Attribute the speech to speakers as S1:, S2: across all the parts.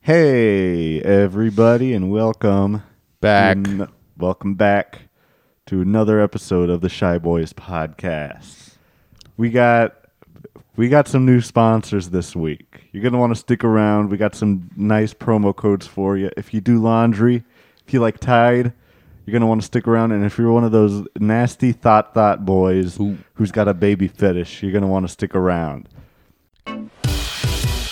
S1: Hey, everybody, and welcome
S2: Back.
S1: to an- welcome back to another episode of the Shy Boys podcast. We got we got some new sponsors this week. You're gonna want to stick around. We got some nice promo codes for you. If you do laundry, if you like Tide, you're gonna want to stick around. And if you're one of those nasty thought thought boys
S2: Ooh.
S1: who's got a baby fetish, you're gonna want to stick around.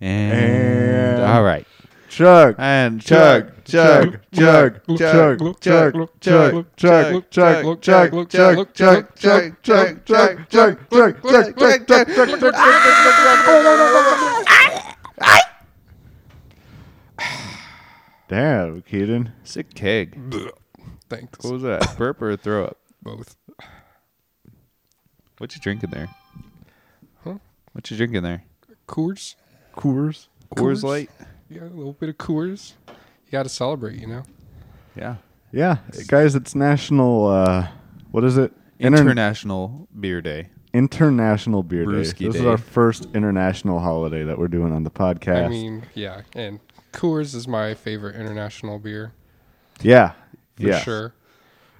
S3: And,
S1: And
S2: All right.
S1: Chuck.
S3: and chug, chug, chug, chug, chug, chug, chug, chug, chug, chug, chug, chug, chug, chug, chug, chug, chug, chug, chug, chug, chug, chug.
S1: Damn, Keaton.
S3: Sick keg.
S4: Thanks.
S3: What was that? Burp or a throw up?
S4: Both.
S3: What you drinking there?
S4: Huh?
S3: What you drinking there?
S4: Coors?
S1: Coors.
S3: Coors Light.
S4: Yeah, a little bit of Coors. You got to celebrate, you know?
S3: Yeah.
S1: Yeah, guys, it's National. Uh, what is it? Inter-
S3: International Beer Day.
S1: international Beer Day. This
S3: Brewski
S1: is
S3: Day.
S1: our first international holiday that we're doing on the podcast.
S4: I mean, yeah. And Coors is my favorite international beer
S1: yeah,
S4: for
S1: yeah.
S4: sure.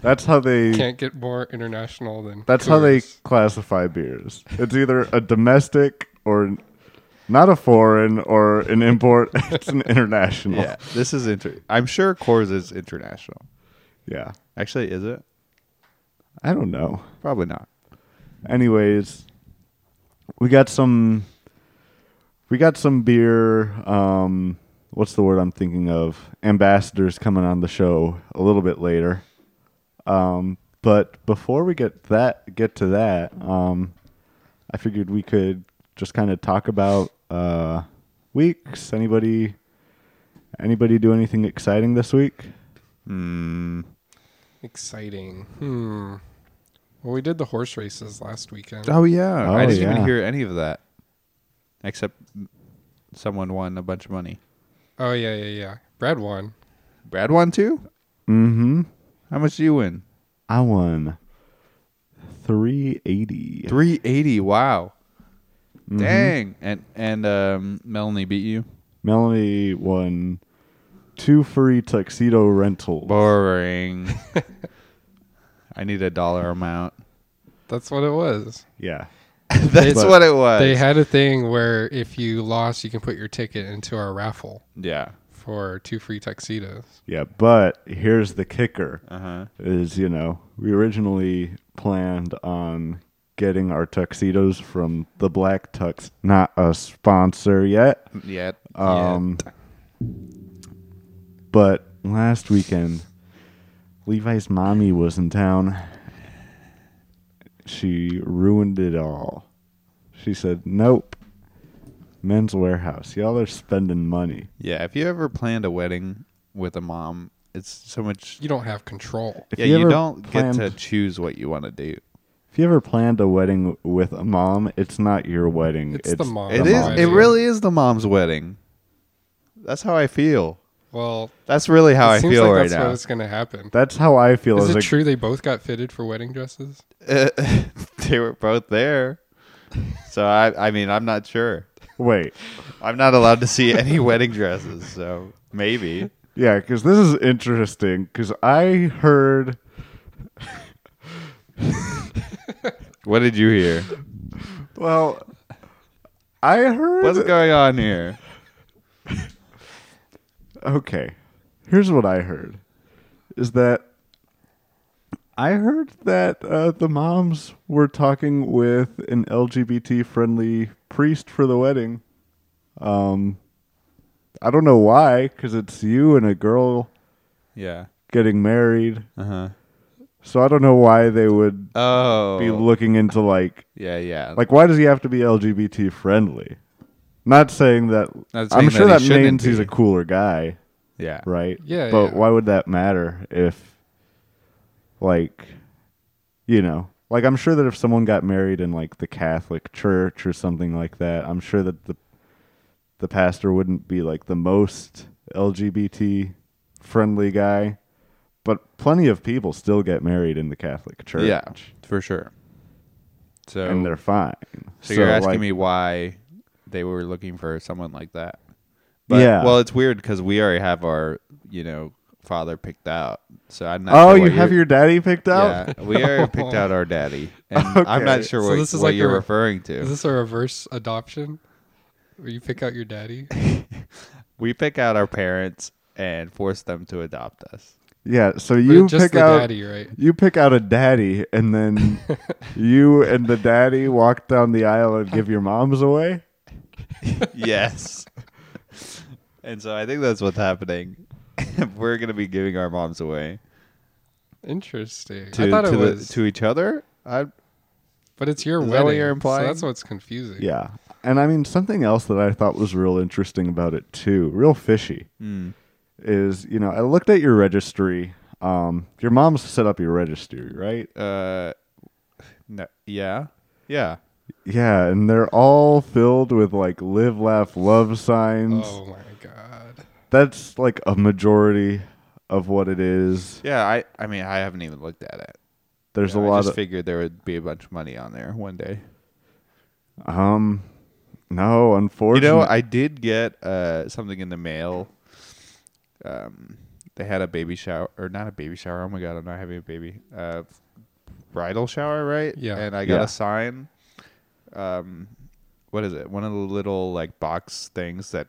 S1: That's how they.
S4: Can't get more international than
S1: that's how they
S4: Coors.
S1: classify beers. It's either a domestic or n- not a foreign or an import. it's an international.
S3: Yeah, this is inter. I'm sure Coors is international.
S1: Yeah.
S3: Actually, is it?
S1: I don't know.
S3: Probably not.
S1: anyways, we got some we got some beer um what's the word I'm thinking of? Ambassadors coming on the show a little bit later. Um but before we get that get to that, um I figured we could just kind of talk about uh weeks. Anybody anybody do anything exciting this week?
S4: Exciting. Hmm. Well, we did the horse races last weekend.
S3: Oh yeah,
S1: Oh,
S3: I didn't even
S1: yeah.
S3: hear any of that, except someone won a bunch of money.
S4: Oh yeah, yeah, yeah. Brad won.
S3: Brad won too.
S1: Mhm.
S3: How much do you win?
S1: I won 380.
S3: Three eighty. Wow.
S1: Mm-hmm.
S3: Dang. And and um, Melanie beat you.
S1: Melanie won two free tuxedo rentals.
S3: Boring. I need a dollar amount.
S4: That's what it was.
S1: yeah.
S3: That's
S1: But
S3: what it was.
S4: They had a thing where if you lost, you can put your ticket into our raffle
S3: yeah.
S4: for two free tuxedos.
S1: Yeah, but here's the kicker
S3: Uh huh.
S1: is, you know, we originally planned on getting our tuxedos from the Black Tux, not a sponsor yet.
S3: Yeah.
S1: Um but last weekend Levi's mommy was in town. She ruined it all. She said, "Nope. Men's Warehouse. Y'all are spending money."
S3: Yeah, if you ever planned a wedding with a mom, it's so much.
S4: You don't have control.
S1: If
S3: yeah, you,
S1: ever
S3: don't
S1: planned-
S3: get to choose what you want to do.
S1: If you ever planned a wedding with a mom, it's not your wedding.
S4: It's the mom.
S3: It
S4: The
S3: is.
S4: mom
S3: It
S4: wedding.
S3: really is the mom's wedding. That's how I feel.
S4: Well,
S3: That's really how
S4: it
S3: I
S4: seems
S3: feel
S4: like
S3: right
S4: that's
S3: now.
S4: what is going to happen.
S1: That's how I feel.
S4: Is
S1: as
S4: it
S1: a-
S4: true they both got fitted for wedding dresses?
S3: they were both there, so I. I mean, I'm not sure.
S1: Wait.
S3: I'm not allowed to see any wedding dresses, so maybe.
S1: Yeah, because this is interesting. Because I heard
S3: What did you hear?
S1: Well, I heard.
S3: What's going on here?
S1: okay, here's what I heard: is that I heard that uh, the moms were talking with an LGBT-friendly priest for the wedding. Um, I don't know why, because it's you and a girl
S3: Yeah.
S1: getting married,
S3: Uh huh.
S1: so I don't know why they would
S3: Oh.
S1: be looking into like
S3: yeah, yeah.
S1: Like, why does he have to be LGBT friendly? Not saying that.
S3: Not
S1: I'm
S3: saying
S1: sure
S3: that
S1: that,
S3: he shouldn't
S1: means he's
S3: be.
S1: a cooler guy.
S3: Yeah.
S1: right?
S4: Yeah,
S1: But
S4: yeah.
S1: why would that matter if, like, you know, like I'm sure that if someone got married in like the Catholic Church or something like that, I'm sure that the the pastor wouldn't be like the most LGBT friendly guy, but plenty of people still get married in the Catholic Church.
S3: Yeah. For sure. So
S1: and they're fine.
S3: So, you're asking
S1: like,
S3: me why they were looking for someone like that?
S1: Yeah.
S3: Well, it's weird because we already have our, you know, father picked out. So I'm not.
S1: Oh,
S3: sure
S1: you
S3: what
S1: have
S3: you're-
S1: your daddy picked out?
S3: Yeah, we already picked out our daddy, and I'm
S1: Okay.
S3: not sure
S4: So
S3: what,
S4: this is
S3: what
S4: like
S3: you're
S4: a-
S3: referring to.
S4: Is this a reverse adoption? Where you pick out your daddy?
S3: we pick out our parents and force them to adopt us.
S1: Yeah. So you
S4: But just
S1: pick
S4: the
S1: out
S4: daddy, right?
S1: You pick out a daddy, and then you and the daddy walk down the aisle and give your moms away.
S3: yes. And so I think that's what's happening. We're gonna be giving our moms away
S4: Interesting.
S3: to
S4: I thought
S3: to,
S4: it
S3: the-
S4: was,
S3: to each other. I,
S4: but it's your
S3: Is
S4: wedding.
S3: that what you're implying?
S4: So that's what's confusing.
S1: Yeah, and I mean something else that I thought was real interesting about it too, real fishy,
S3: Hmm.
S1: is you know I looked at your registry. Um, your mom's set up your registry, right?
S3: uh, no, yeah, yeah.
S1: Yeah, and they're all filled with like live, laugh, love signs.
S4: Oh my god.
S1: That's like a majority of what it is.
S3: Yeah, I I mean I haven't even looked at it.
S1: There's
S3: You
S1: a
S3: know, I
S1: lot
S3: just
S1: of
S3: figured there would be a bunch of money on there one day.
S1: um, no,
S3: You
S1: unfortunately,
S3: know, I did get uh something in the mail. Um they had a baby shower or not a baby shower. Oh my god, I'm not having a baby. Uh bridal shower, right?
S4: Yeah.
S3: And I got
S1: Yeah.
S3: a sign. Um what is it? One of the little like box things that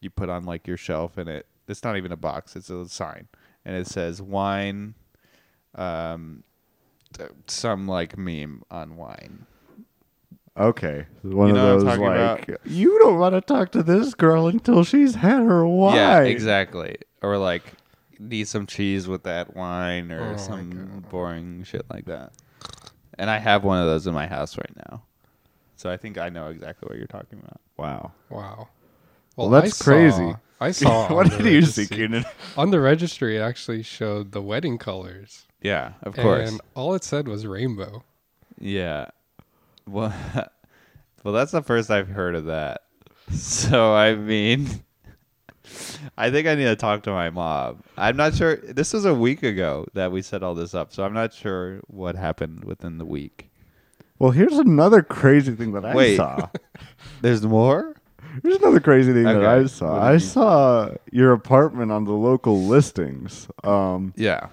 S3: you put on like your shelf and it it's not even a box, it's a sign. And it says wine um th- some like meme on wine.
S1: Okay, one
S3: You know
S1: of
S3: what
S1: those
S3: I'm
S1: like
S3: talking
S1: you don't want to talk to this girl until she's had her wine.
S3: Yeah, exactly. Or like need some cheese with that wine or
S4: Oh my
S3: some boring shit like that. And I have one of those in my house right now. So I think I know exactly what you're talking about.
S1: Wow.
S4: Wow.
S1: Well, that's
S4: I
S1: crazy.
S4: saw- I saw.
S1: what
S4: on the
S1: did you
S4: registry-
S1: see, Keenan?
S4: On the registry, it actually showed the wedding colors.
S3: Yeah, of course.
S4: And all it said was rainbow.
S3: yeah. Well, well, that's the first I've heard of that. So I mean, I think I need to talk to my mom. I'm not sure. This was a week ago that we set all this up, so I'm not sure what happened within the week.
S1: Well, here's another crazy thing that I
S3: Wait.
S1: saw.
S3: There's more.
S1: Here's another crazy thing that
S3: Okay,
S1: I
S3: what
S1: saw.
S3: did
S1: I
S3: you-
S1: saw your apartment on the local listings, um,
S3: Yeah.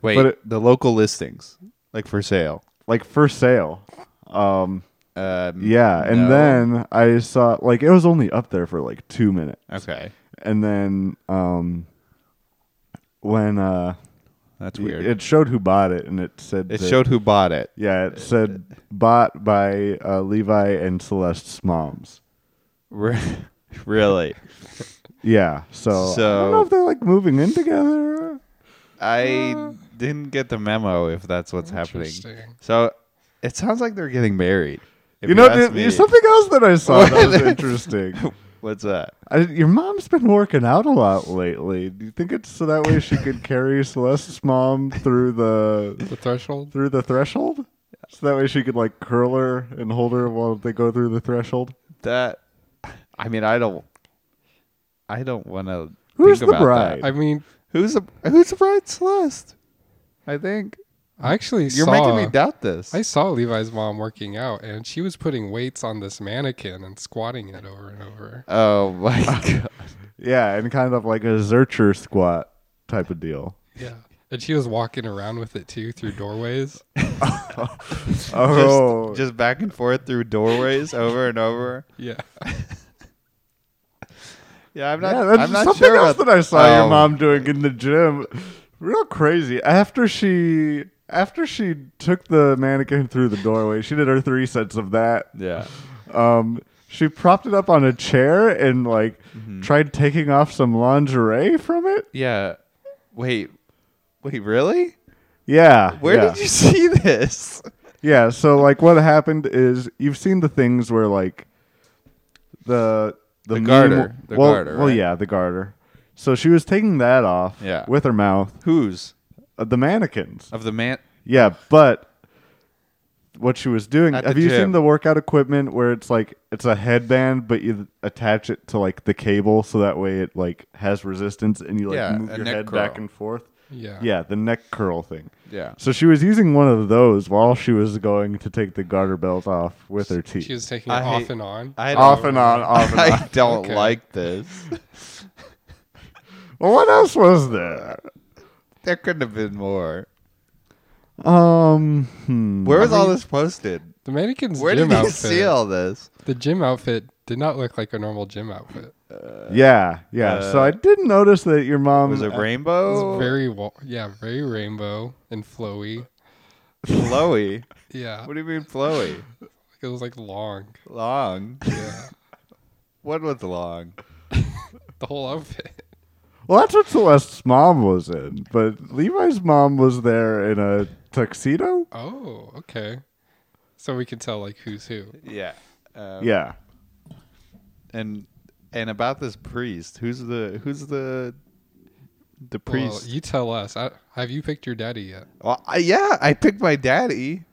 S3: Wait,
S1: But it-
S3: the local listings, like for sale.
S1: like for sale. Um,
S3: Um,
S1: yeah, and
S3: no.
S1: then I saw like it was only up there for like two minutes,
S3: okay,
S1: and then um, when uh,
S3: that's weird. It,
S1: it showed who bought it, and it said that-
S3: showed who bought it.
S1: Yeah, it said bought by uh, Levi and Celeste's moms.
S3: Re- really,
S1: Yeah, so, I don't
S3: So-
S1: know if they're like moving in together.
S3: I didn't get the memo if that's what's happening.
S4: Uh. Interesting.
S3: So it sounds like they're getting married. If
S1: you know,
S3: ask
S1: dude,
S3: me,
S1: something else that I saw that was interesting.
S3: What's that?
S1: I, your mom's been working out a lot lately. Do you think it's so that way she could carry Celeste's mom through the
S4: The threshold.
S1: through the threshold? So that way she could like curl her and hold her while they go through the threshold.
S3: That. I mean, I don't. I don't want to.
S1: Who's
S3: think
S1: the
S3: about
S1: bride?
S3: That.
S4: I mean,
S3: Who's the Who's the bride? Celeste. I think
S4: I actually
S3: you're
S4: saw.
S3: making me doubt this.
S4: I saw Levi's mom working out, and she was putting weights on this mannequin and squatting it over and over.
S3: oh my god.
S1: Yeah, and kind of like a Zercher squat type of deal.
S4: Yeah. And she was walking around with it too through doorways.
S1: Oh,
S3: just, just back and forth through doorways over and over.
S4: Yeah.
S3: Yeah, I'm not.
S1: yeah, that's
S3: I'm not
S1: something
S3: sure
S1: else
S3: about-
S1: that I saw your
S3: Oh,
S1: mom doing in the gym. Real crazy. After she after she took the mannequin through the doorway, she did her three sets of that.
S3: Yeah,
S1: Um, she propped it up on a chair and like
S3: Mm-hmm.
S1: tried taking off some lingerie from it.
S3: yeah. Wait, wait, really?
S1: Yeah.
S3: Where
S1: yeah.
S3: did you see this?
S1: Yeah, so like what happened is you've seen the things where like the the,
S3: The
S1: meme-
S3: garter. The
S1: well,
S3: garter,
S1: well,
S3: right?
S1: yeah, the garter. So she was taking that off
S3: Yeah.
S1: with her mouth.
S3: Who's
S1: Uh, the mannequins.
S3: of the man?
S1: Yeah, but what she was doing.
S3: At
S1: have
S3: the
S1: you seen
S3: gym.
S1: the workout equipment where it's like it's a headband, but you attach it to like the cable so that way it like has resistance and you like
S3: Yeah,
S1: move
S3: a
S1: your
S3: neck
S1: head
S3: curl.
S1: back and forth.
S4: Yeah.
S1: Yeah, the neck curl thing.
S3: Yeah.
S1: So she was using one of those while she was going to take the garter belt off with her teeth.
S4: She was taking it
S3: I
S4: off
S3: hate-
S4: and on.
S3: I
S1: off and on, off and on.
S3: I don't
S4: Okay.
S3: like this.
S1: Well, what else was there?
S3: There couldn't have been more.
S1: Um, hmm.
S3: Where was all this posted?
S4: the mannequin's
S3: Where
S4: gym
S3: did you
S4: outfit.
S3: see all this?
S4: The gym outfit did not look like a normal gym outfit.
S1: yeah, yeah. so I did notice that your mom
S3: Was uh, it
S4: It
S3: rainbow?
S4: was very wa- yeah, very rainbow and flowy.
S3: flowy.
S4: Yeah,
S3: What do you mean flowy?
S4: it was like long.
S3: Long.
S4: Yeah,
S3: What was long?
S4: the whole outfit.
S1: Well, that's what Celeste's mom was in, but Levi's mom was there in a tuxedo.
S4: Oh, okay. So we can tell like who's who.
S3: Yeah. Um,
S1: Yeah,
S3: And and about this priest, who's the who's the the
S4: Well,
S3: priest?
S4: you tell us. I, have you picked your daddy yet?
S3: Well, I, yeah, I picked my daddy,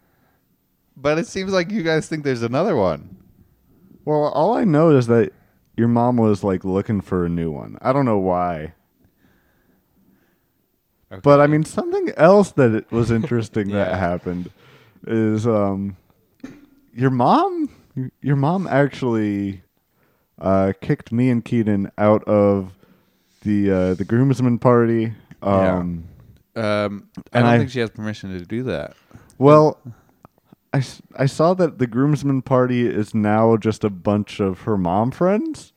S3: but it seems like you guys think there's another one.
S1: Well, all I know is that your mom was like looking for a new one. I don't know why. But I mean, something else that it was interesting that
S3: Yeah.
S1: happened is um, your mom. Your mom actually uh, kicked me and Keaton out of the uh, the groomsmen party.
S3: Yeah.
S1: Um,
S3: um, I
S1: and
S3: don't
S1: I-
S3: think she has permission to do that.
S1: Well, I, s- I saw that the groomsmen party is now just a bunch of her mom friends.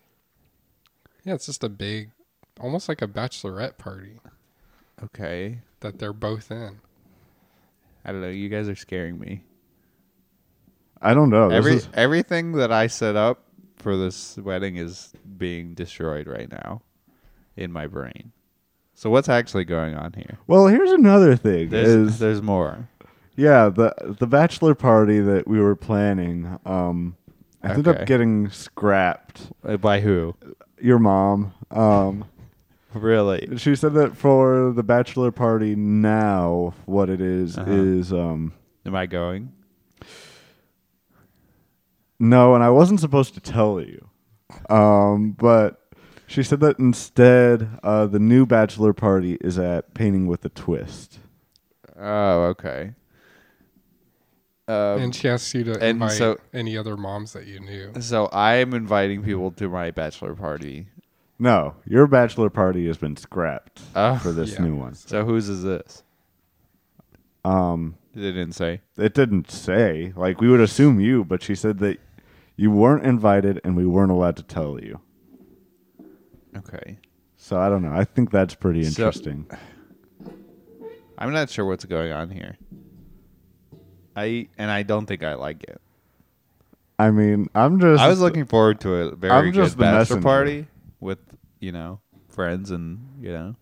S4: Yeah, it's just a big, almost like a bachelorette party
S3: Okay,
S4: that they're both in.
S3: I don't know. You guys are scaring me.
S1: I don't know. This
S3: Every
S1: is-
S3: everything that I set up for this wedding is being destroyed right now in my brain. So what's actually going on here?
S1: well, here's another thing.
S3: There's
S1: is
S3: there's more.
S1: yeah the the bachelor party that we were planning um ended
S3: Okay.
S1: up getting scrapped.
S3: Uh, By who?
S1: Your mom. Um,
S3: Really?
S1: she said that for the bachelor party now, what it is,
S3: Uh-huh.
S1: is um
S3: Am I going?
S1: No, and I wasn't supposed to tell you. Um, but she said that instead, uh, the new bachelor party is at Painting with a Twist.
S3: Oh, okay. Um,
S4: and she asked you to
S3: and
S4: invite
S3: so-
S4: any other moms that you knew.
S3: so I'm inviting people to my bachelor party.
S1: No, your bachelor party has been scrapped
S3: Oh.
S1: for this
S4: Yeah.
S1: new one.
S3: So whose is this?
S1: Um,
S3: They didn't say.
S1: it didn't say. Like we would assume you, but she said that you weren't invited and we weren't allowed to tell you.
S3: Okay.
S1: So I don't know. I think that's pretty
S3: So-
S1: interesting.
S3: I'm not sure what's going on here. I and I don't think I like it.
S1: I mean, I'm just.
S3: I was looking forward to a very
S1: I'm
S3: good
S1: just the
S3: bachelor
S1: messenger.
S3: party with you know friends and you know.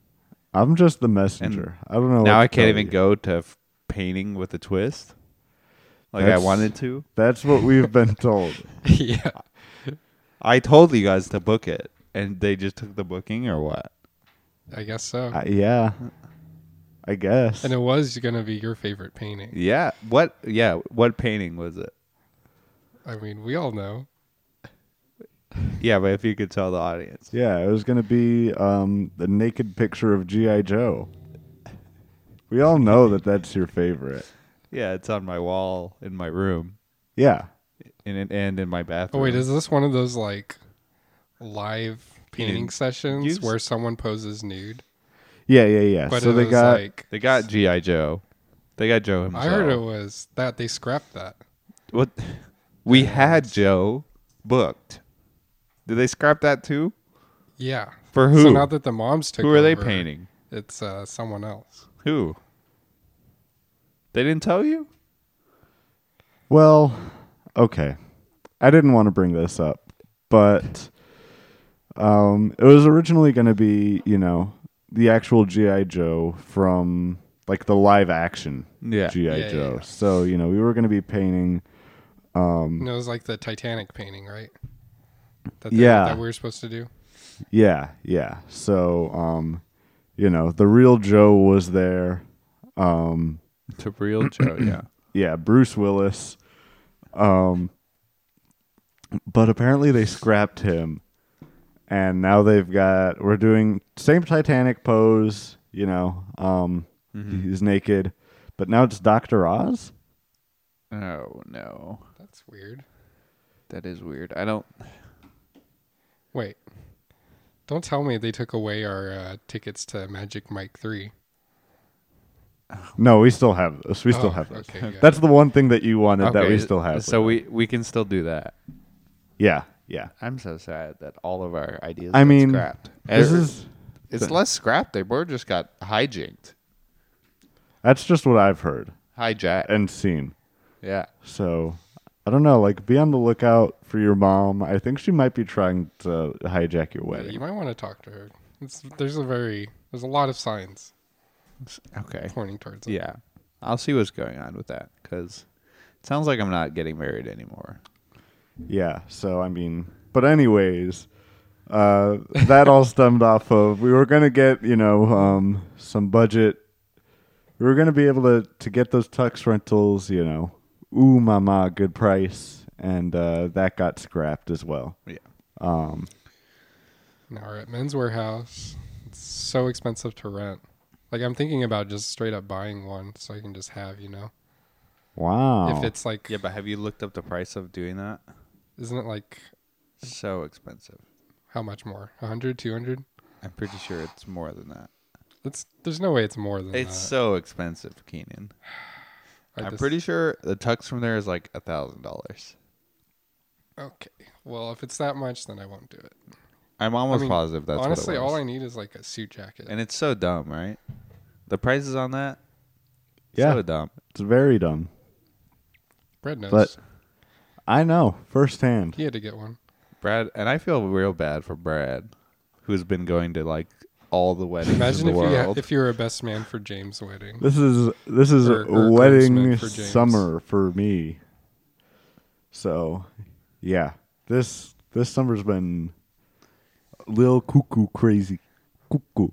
S1: I'm just the messenger. I don't know. what
S3: now I
S1: to
S3: can't
S1: tell
S3: even
S1: you.
S3: go to f- painting with a twist, like
S1: That's-
S3: I wanted to.
S1: That's what we've been told.
S4: yeah,
S3: I told you guys to book it, and they just took the booking or what?
S4: I guess so.
S1: Uh, yeah, I guess.
S4: and it was gonna be your favorite painting.
S3: Yeah. What? Yeah. What painting was it?
S4: I mean, we all know.
S3: Yeah, but if you could tell the audience.
S1: Yeah, it was gonna be um, the naked picture of GI Joe. We all know that that's your favorite.
S3: Yeah, it's on my wall in my room,
S1: Yeah,
S3: in it and in my
S4: Oh
S3: bathroom.
S4: wait, is this one of those like live painting sessions
S3: Use-
S4: where someone poses nude?
S1: yeah, yeah, yeah.
S4: But
S1: so
S4: it
S1: they
S4: was
S1: got
S4: like
S3: They got GI Joe. They got Joe himself.
S4: I heard it was that they scrapped that.
S3: What? We had Joe booked. Did they scrap that too?
S4: Yeah.
S3: For who?
S4: So now that the moms took
S3: Who are they
S4: over,
S3: painting?
S4: It's uh, someone else.
S3: Who? They didn't tell you?
S1: well, okay. I didn't want to bring this up, but um, it was originally gonna be you know the actual GI Joe from like the live action
S3: Yeah.
S1: GI
S4: yeah,
S1: Joe.
S4: yeah.
S1: So you know we were gonna be painting.
S3: Um,
S4: And it was like the Titanic painting, right? That they-
S1: Yeah.
S4: That we were supposed to do.
S1: Yeah, yeah. So, um, you know, the real Joe was there. Um,
S3: To real Joe, yeah.
S1: yeah, Bruce Willis. Um, but apparently they scrapped him, and now they've got we're doing same Titanic pose. You know, um,
S3: Mm-hmm.
S1: he's naked, but now it's Doctor Oz.
S3: Oh no,
S4: That's weird.
S3: that is weird. I don't.
S4: Wait. Don't tell me they took away our uh, tickets to Magic Mike 3.
S1: No, we still have this. We
S4: Oh,
S1: still have this.
S4: okay, good.
S1: That's the one thing that you wanted that we
S3: Okay,
S1: still have.
S3: So
S1: with
S3: we we can still do that.
S1: it. yeah, yeah.
S3: I'm so sad that all of our ideas.
S1: I
S3: got
S1: mean,
S3: scrapped. Er,
S1: This
S3: Ever-
S1: is
S3: it's less scrapped. They were just got hijinked,
S1: that's just what I've heard
S3: hijacked.
S1: and seen.
S3: yeah,
S1: So I don't know. Like, be on the lookout for your mom. I think she might be trying to hijack your
S4: You
S1: wedding.
S4: might want to talk to her. It's, there's a very there's a lot of signs
S3: okay,
S4: pointing towards it.
S3: yeah. I'll see what's going on with that because it sounds like I'm not getting married anymore.
S1: Yeah. So I mean, but anyways, uh, that all stemmed off of we were gonna get you know um, some budget. We were gonna be able to to get those tux rentals. You know, ooh mama, good price, and uh, that got scrapped as well.
S3: Yeah.
S1: Um,
S4: Now we're at Men's Warehouse. It's so expensive to rent. Like I'm thinking about just straight up buying one so I can just have, you know.
S1: wow.
S4: If it's like
S3: Yeah, but have you looked up the price of doing that?
S4: isn't it like
S3: So expensive.
S4: how much more? 100, 200?
S3: I'm pretty sure it's more than that.
S4: It's there's no way it's more than
S3: It's
S4: that.
S3: so expensive, Keenan.
S4: I
S3: I'm
S4: just-
S3: pretty sure the tux from there is like a thousand dollars.
S4: Okay. Well, if it's that much then I won't do it.
S3: I'm almost
S4: mean,
S3: positive that's
S4: Honestly,
S3: what it was.
S4: all I need is like a suit jacket.
S3: and it's so dumb, right? The prices on that,
S1: Yeah.
S3: so dumb.
S1: it's very dumb.
S4: Brad knows.
S1: but- I know firsthand.
S4: he had to get one.
S3: Brad, and I feel real bad for Brad, who's been going to like all the weddings
S4: Imagine
S3: in
S4: if
S3: the
S4: you
S3: world.
S4: had, if you were a best man for James' wedding.
S1: This is this is
S4: Or-
S1: a
S4: or
S1: wedding
S4: groomsmen for James.
S1: summer for me. So, yeah, this this summer's been a little cuckoo crazy, cuckoo,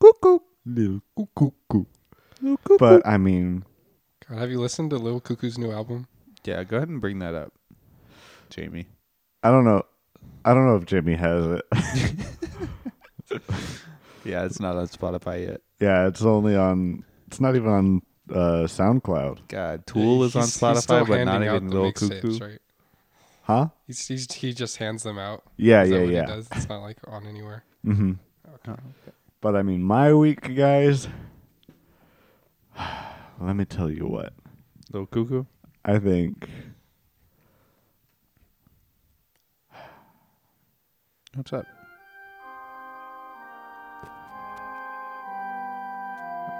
S1: cuckoo, little cuckoo, cuckoo. But I mean,
S4: God, have you listened to Lil Cuckoo's new album?
S3: yeah, go ahead and bring that up, Jamie.
S1: I don't know, I don't know if Jimmy has it.
S3: Yeah, it's not on Spotify yet.
S1: yeah, it's only on. It's not even on uh, SoundCloud,
S3: God, Tool is on
S4: He's- he's still
S3: Spotify, but not
S4: handing out
S3: even
S4: the
S3: Lil
S4: mixtapes,
S3: Cuckoo.
S4: Right?
S1: huh?
S4: He's, he's, he just hands them out.
S1: Yeah,
S4: Is that
S1: yeah,
S4: what he
S1: yeah.
S4: does? It's not like on anywhere.
S1: Mm-hmm.
S3: Oh,
S1: But I mean, my week, guys. Let me tell you what.
S3: Lil Cuckoo.
S1: I think
S3: What's up?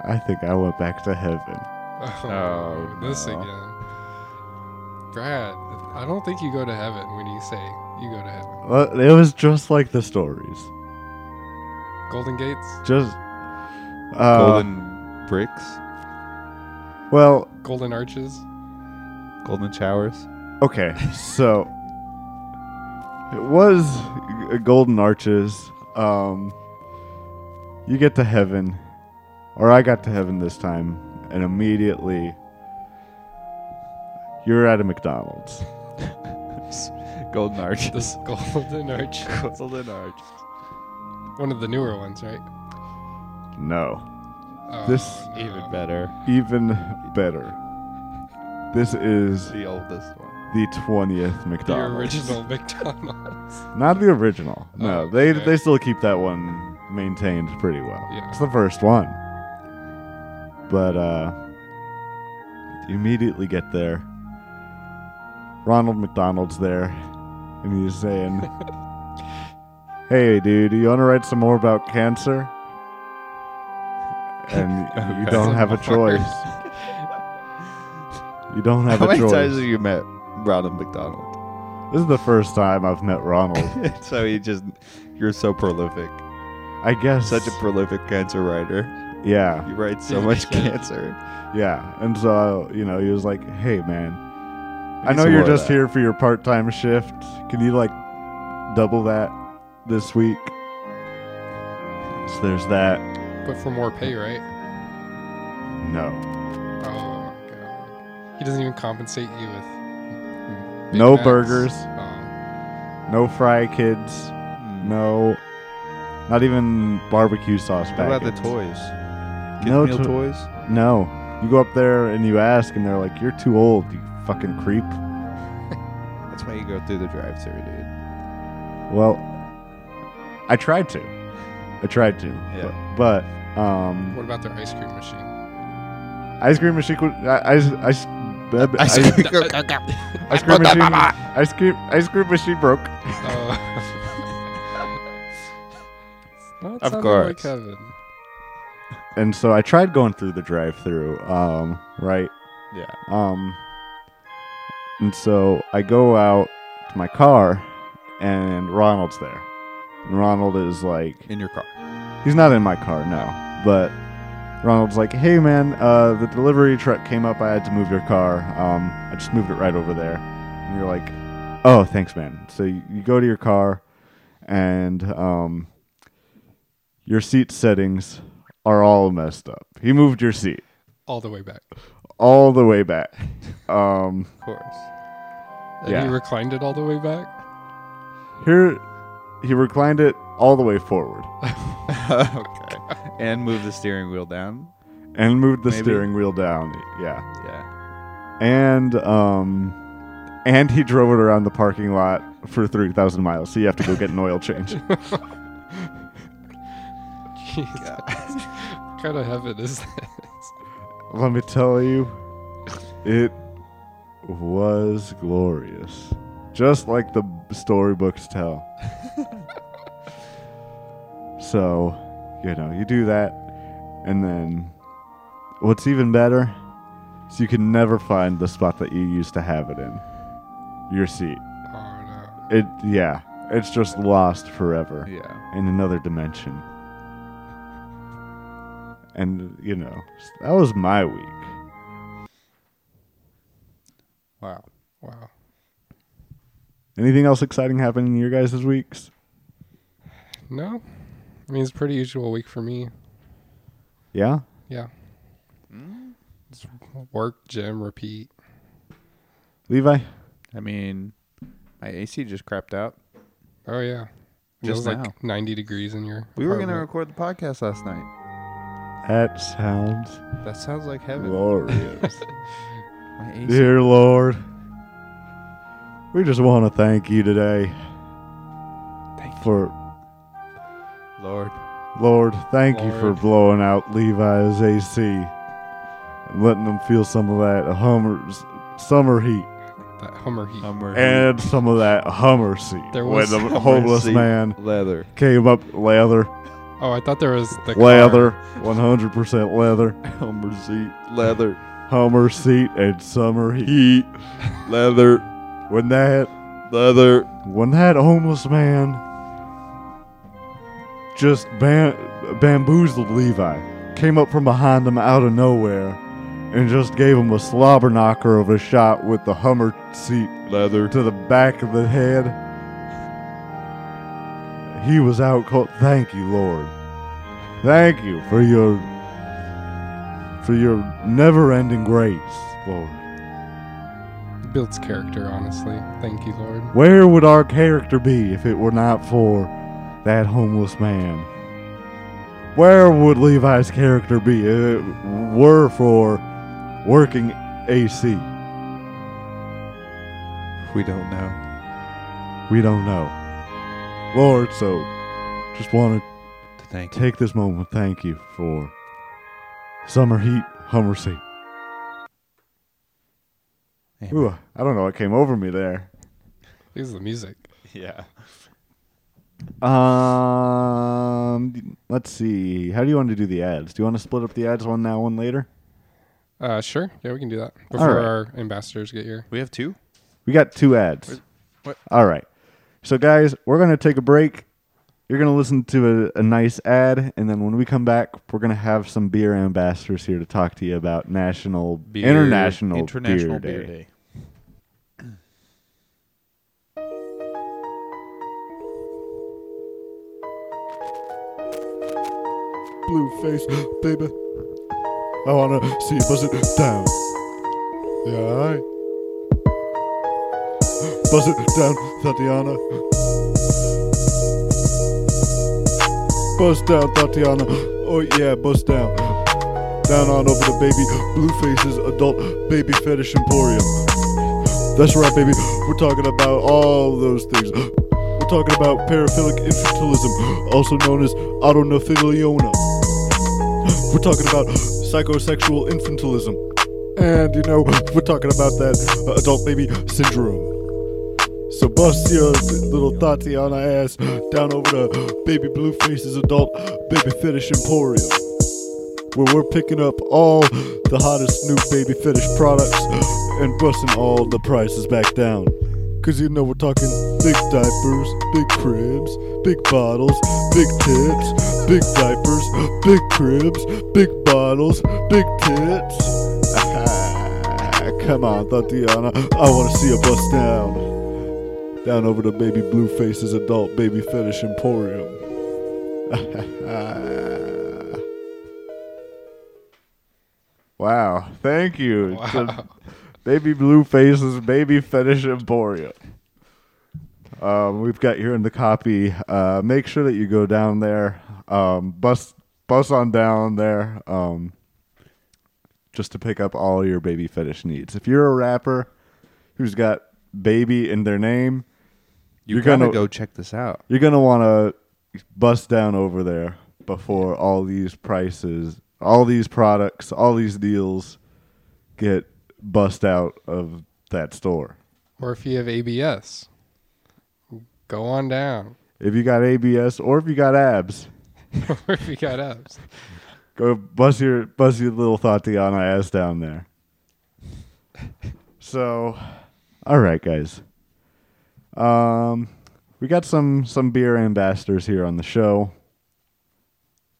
S1: I think I went back to heaven.
S4: Oh,
S3: Oh,
S4: this
S3: no.
S4: again. Brad, I don't think you go to heaven when you say you go to heaven.
S1: Uh, It was just like the stories.
S4: Golden Gates?
S1: Just uh,
S3: Golden bricks,
S1: Well,
S4: Golden Arches?
S3: golden showers.
S1: okay. So it was uh, golden arches. Um, you get to heaven, or I got to heaven this time, and immediately you're at a McDonald's.
S3: golden arches.
S4: This Golden Arch.
S3: golden arches.
S4: One of the newer ones, right?
S1: No.
S4: Oh,
S1: This-
S4: no.
S3: Even better.
S1: even better. This is
S3: The oldest one.
S1: the twentieth
S4: The
S1: McDonald's.
S4: original McDonald's.
S1: not the original. No,
S4: Oh,
S1: they
S4: okay.
S1: they still keep that one maintained pretty well.
S4: Yeah.
S1: It's the first one, but uh, you immediately get there. Ronald McDonald's there, and he's saying, "Hey, dude, you want to write some more about cancer?" And you
S3: Okay.
S1: don't have a
S4: Some more.
S1: choice. You don't have
S3: How
S1: a
S3: many
S1: choice.
S3: times have you met Ronald McDonald?
S1: This is the first time I've met Ronald.
S3: so he just, you're so prolific.
S1: I guess
S3: Such a prolific cancer writer.
S1: yeah,
S3: You write so much
S4: Yeah.
S3: cancer.
S1: yeah. And so you know, he was like, "Hey, man, I
S3: need
S1: know
S3: some
S1: you're
S3: more of
S1: just
S3: that."
S1: here for your part-time shift. Can you like double that? this week. So there's that.
S4: But for more pay, right?
S1: No.
S4: Oh my god. He doesn't even compensate you with m- Big
S1: No
S4: Macs.
S1: burgers.
S4: Oh,
S1: No fry kids.
S3: Hmm.
S1: No. Not even barbecue sauce
S3: What about the
S1: packets.
S3: toys? Kids
S1: No
S3: meal
S1: to-
S3: toys?
S1: No. You go up there and you ask, and they're like, "You're too old, you fucking creep."
S3: That's why you go through the drive-thru, dude.
S1: Well, I tried to. I tried to.
S3: Yeah.
S1: But, but um,
S4: what about their ice cream machine?
S1: Ice cream machine. Ice ice ice, ice,
S3: Ice
S1: ice,
S3: cream.
S1: ice cream machine. Ice cream ice cream machine broke.
S4: Oh. It's not sounding
S3: Of
S4: Like
S3: course.
S4: heaven.
S1: And so I tried going through the drive-through. Um, right.
S3: yeah.
S1: Um, and so I go out to my car, and Ronald's there. And Ronald is like,
S3: In your car.
S1: he's not in my car now, but Ronald's like, hey man, uh, the delivery truck came up. I had to move your car. Um, I just moved it right over there. And you're like, oh, thanks, man. So you, you go to your car, and um, your seat settings are all messed up. He moved your seat
S4: All the way back.
S1: all the way back. Um,
S3: Of course.
S4: And
S1: Yeah.
S4: he reclined it all the way back.
S1: Here, he reclined it all the way forward
S3: okay. And move the steering wheel down.
S1: and moved the
S3: Maybe.
S1: steering wheel down. Yeah,
S3: Yeah.
S1: and um, and he drove it around the parking lot for three thousand miles. So you have to go get an oil change.
S4: Jeez. What kind of heaven is this?
S1: Let me tell you, it was glorious, just like the storybooks tell. so, you know, you do that, and then what's even better is you can never find the spot that you used to have it in your seat.
S4: Oh no.
S1: It, yeah, it's just lost forever
S3: Yeah.
S1: in another dimension. And, you know, that was my week.
S3: Wow.
S4: Wow.
S1: Anything else exciting happening in your guys' weeks?
S4: No. I mean, it's a pretty usual week for me.
S1: Yeah.
S4: Yeah.
S1: Mm.
S4: It's work, gym, repeat.
S1: Levi?
S3: I mean, my AC just crapped out.
S4: Oh yeah. it
S3: Just
S4: was
S3: now.
S4: like 90 degrees in your.
S3: We were going to
S4: apartment.
S3: record the podcast last night.
S1: That sounds
S3: That sounds like heaven.
S1: glorious.
S3: My AC.
S1: Dear Lord, we just want to thank you today
S3: Thank you.
S1: for,
S3: Lord.
S1: Lord, thank you for
S4: Lord.
S1: blowing out Levi's AC and letting them feel some of that Hummer, summer heat
S4: that Hummer heat.
S1: Oh.
S3: Hummer.
S1: and some of that Hummer seat
S4: There was
S1: when the
S3: Hummer
S1: homeless
S3: seat
S1: man
S3: Leather.
S1: came up leather,
S4: oh, I thought there was the
S1: leather, 100% leather,
S3: Hummer seat. Leather.
S1: Hummer seat and summer heat.
S3: Leather.
S1: When that
S3: Leather.
S1: when that homeless man just ban- bamboozled Levi, came up from behind him out of nowhere, and just gave him a slobber knocker of a shot with the Hummer seat
S3: Leather.
S1: to the back of the head. He was out cold. Thank you, Lord. Thank you for your for your never-ending grace, Lord.
S4: Car builds character, honestly. Thank you, Lord.
S1: Where would our character be if it were not for that homeless man? Where would Levi's character be if it were for working AC?
S3: We don't know.
S1: We don't know. Lord, so just want
S3: Thank
S1: to take this moment. Thank you for summer heat, Hummer seat. Ooh, I don't know what came over me there.
S4: This is the music.
S3: Yeah.
S1: Um, let's see. How do you want to do the ads? Do you want to split up the ads one now, one later?
S4: Uh, sure. Yeah, we can do that
S1: All
S4: before
S1: right.
S4: our ambassadors get here.
S3: We have two?
S1: We got two ads.
S3: Where's- what?
S1: All right. So, guys, we're going to take a break. You're going to listen to a, a nice ad. And then when we come back, we're going to have some beer ambassadors here to talk to you about National, International,
S3: International
S1: Beer, Day.
S2: blue face, baby. I wanna see you buzz it down. Yeah, alright. Buzz it down, Tatiana. Buzz down, Tatiana. Oh yeah, buzz down. Down on over the baby, Blueface's adult baby fetish emporium. That's right, baby. We're talking about all those things. We're talking about paraphilic infantilism, also known as autonophiliona. We're talking about psychosexual infantilism. And, you know, we're talking about that uh, adult baby syndrome. So bust your little Tatiana ass down over to Baby Blueface's adult baby fetish emporium. Where we're picking up all the hottest new baby fetish products and busting all the prices back down. Cause you know we're talking big diapers, big cribs, big bottles, big tits, big diapers, big cribs, big bottles, big tits. Ah, Come on, Tatiana, I wanna see a bust down. Down over to Baby Blueface's adult baby fetish emporium.
S1: Wow. Thank you. to
S4: Wow.
S1: Baby Blue Faces, Baby Fetish Emporium. Um, we've got here in the copy. Uh, make sure that you go down there. Um, bus bus on down there. Um, just to pick up all your baby fetish needs. If you're a rapper who's got baby in their name,
S3: You
S1: You're
S3: are going to
S1: gonna-
S3: go check this out.
S1: you're gonna want to bust down over there before all these prices, all these products, all these deals get bust out of that store.
S4: Or if you have ABS, go on down.
S1: If you got ABS or if you got abs,
S4: or if you got abs.
S1: go bust your bust your little Tatiana ass down there. So, all right, guys. Um, we got some some beer ambassadors here on the show.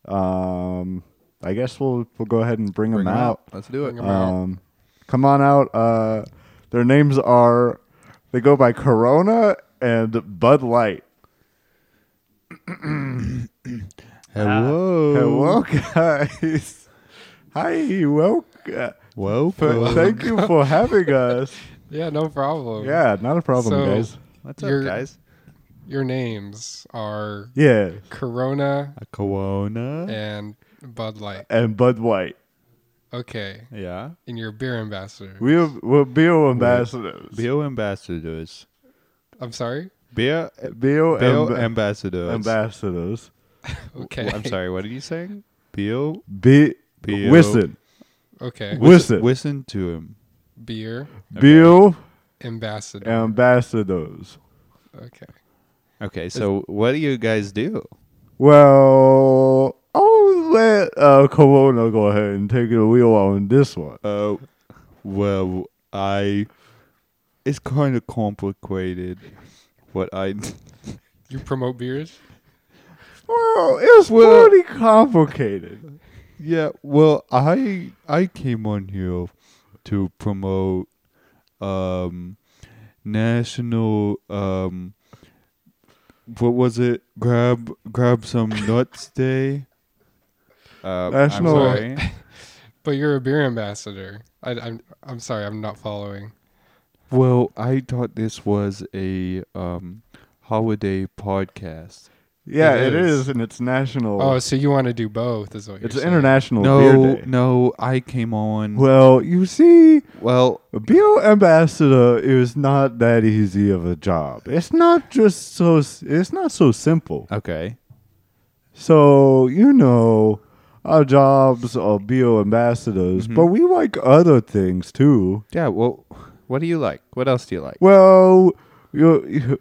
S1: Um, I guess we'll we'll go ahead and bring,
S3: Bring
S1: them
S3: 'em
S1: out.
S3: Let's do it.
S4: Bring 'em out.
S1: Um, come on out. Uh, their names are they go by Corona and Bud Light.
S2: Hello.
S1: Hello, guys. Hi, welcome.
S2: Whoa.
S1: But thank you for having us.
S4: Yeah, no problem.
S1: Yeah, not a problem,
S4: So-
S1: guys.
S3: What's
S4: You're-
S3: up, guys?
S4: Your names are
S1: Yeah,
S4: Corona
S3: A Corona.
S4: and Bud Light.
S1: and Bud White.
S4: Okay.
S3: Yeah.
S4: And your beer ambassador.
S1: We're, we're beer ambassadors.
S3: Beer ambassadors.
S4: I'm sorry?
S3: Beer,
S1: Beer
S3: beer
S1: amb-
S3: ambassadors.
S1: ambassadors.
S4: Okay.
S3: I'm sorry. What are you saying? Beer.
S1: Be-
S3: Beer.
S1: Listen,
S4: Okay.
S1: Wh- Listen.
S3: Listen to him.
S4: Beer
S1: beer
S4: ambassador.
S1: ambassadors.
S4: okay.
S3: Okay. So what do you guys do?
S1: Well, I'll let uh, Corona go ahead and take the wheel on this one.
S3: Uh, well, I. It's kind of complicated. What I.
S4: You promote beers?
S1: Well, it's
S3: Well-
S1: pretty complicated.
S3: Yeah, well, I I came on here to promote um national um what was it? Grab grab some nuts day. Uh,
S1: National-
S3: I'm sorry.
S4: But you're a beer ambassador. I, I'm I'm sorry. I'm not following.
S3: Well, I thought this was a um holiday podcast.
S1: Yeah, it
S4: It
S1: is.
S4: is.
S1: and it's national.
S4: Oh, so you want to do both? Is what you're
S1: it's
S4: saying.
S1: international beer
S3: No,
S1: day.
S3: no, I came on. Well,
S1: Well, you see, A beer ambassador is not that easy of a job. It's not just so. It's not so simple.
S3: okay.
S1: So you know, our jobs are beer ambassadors,
S3: Mhm.
S1: but we like other things too.
S3: Yeah, well, what do you like? What else do you like?
S1: Well, you, you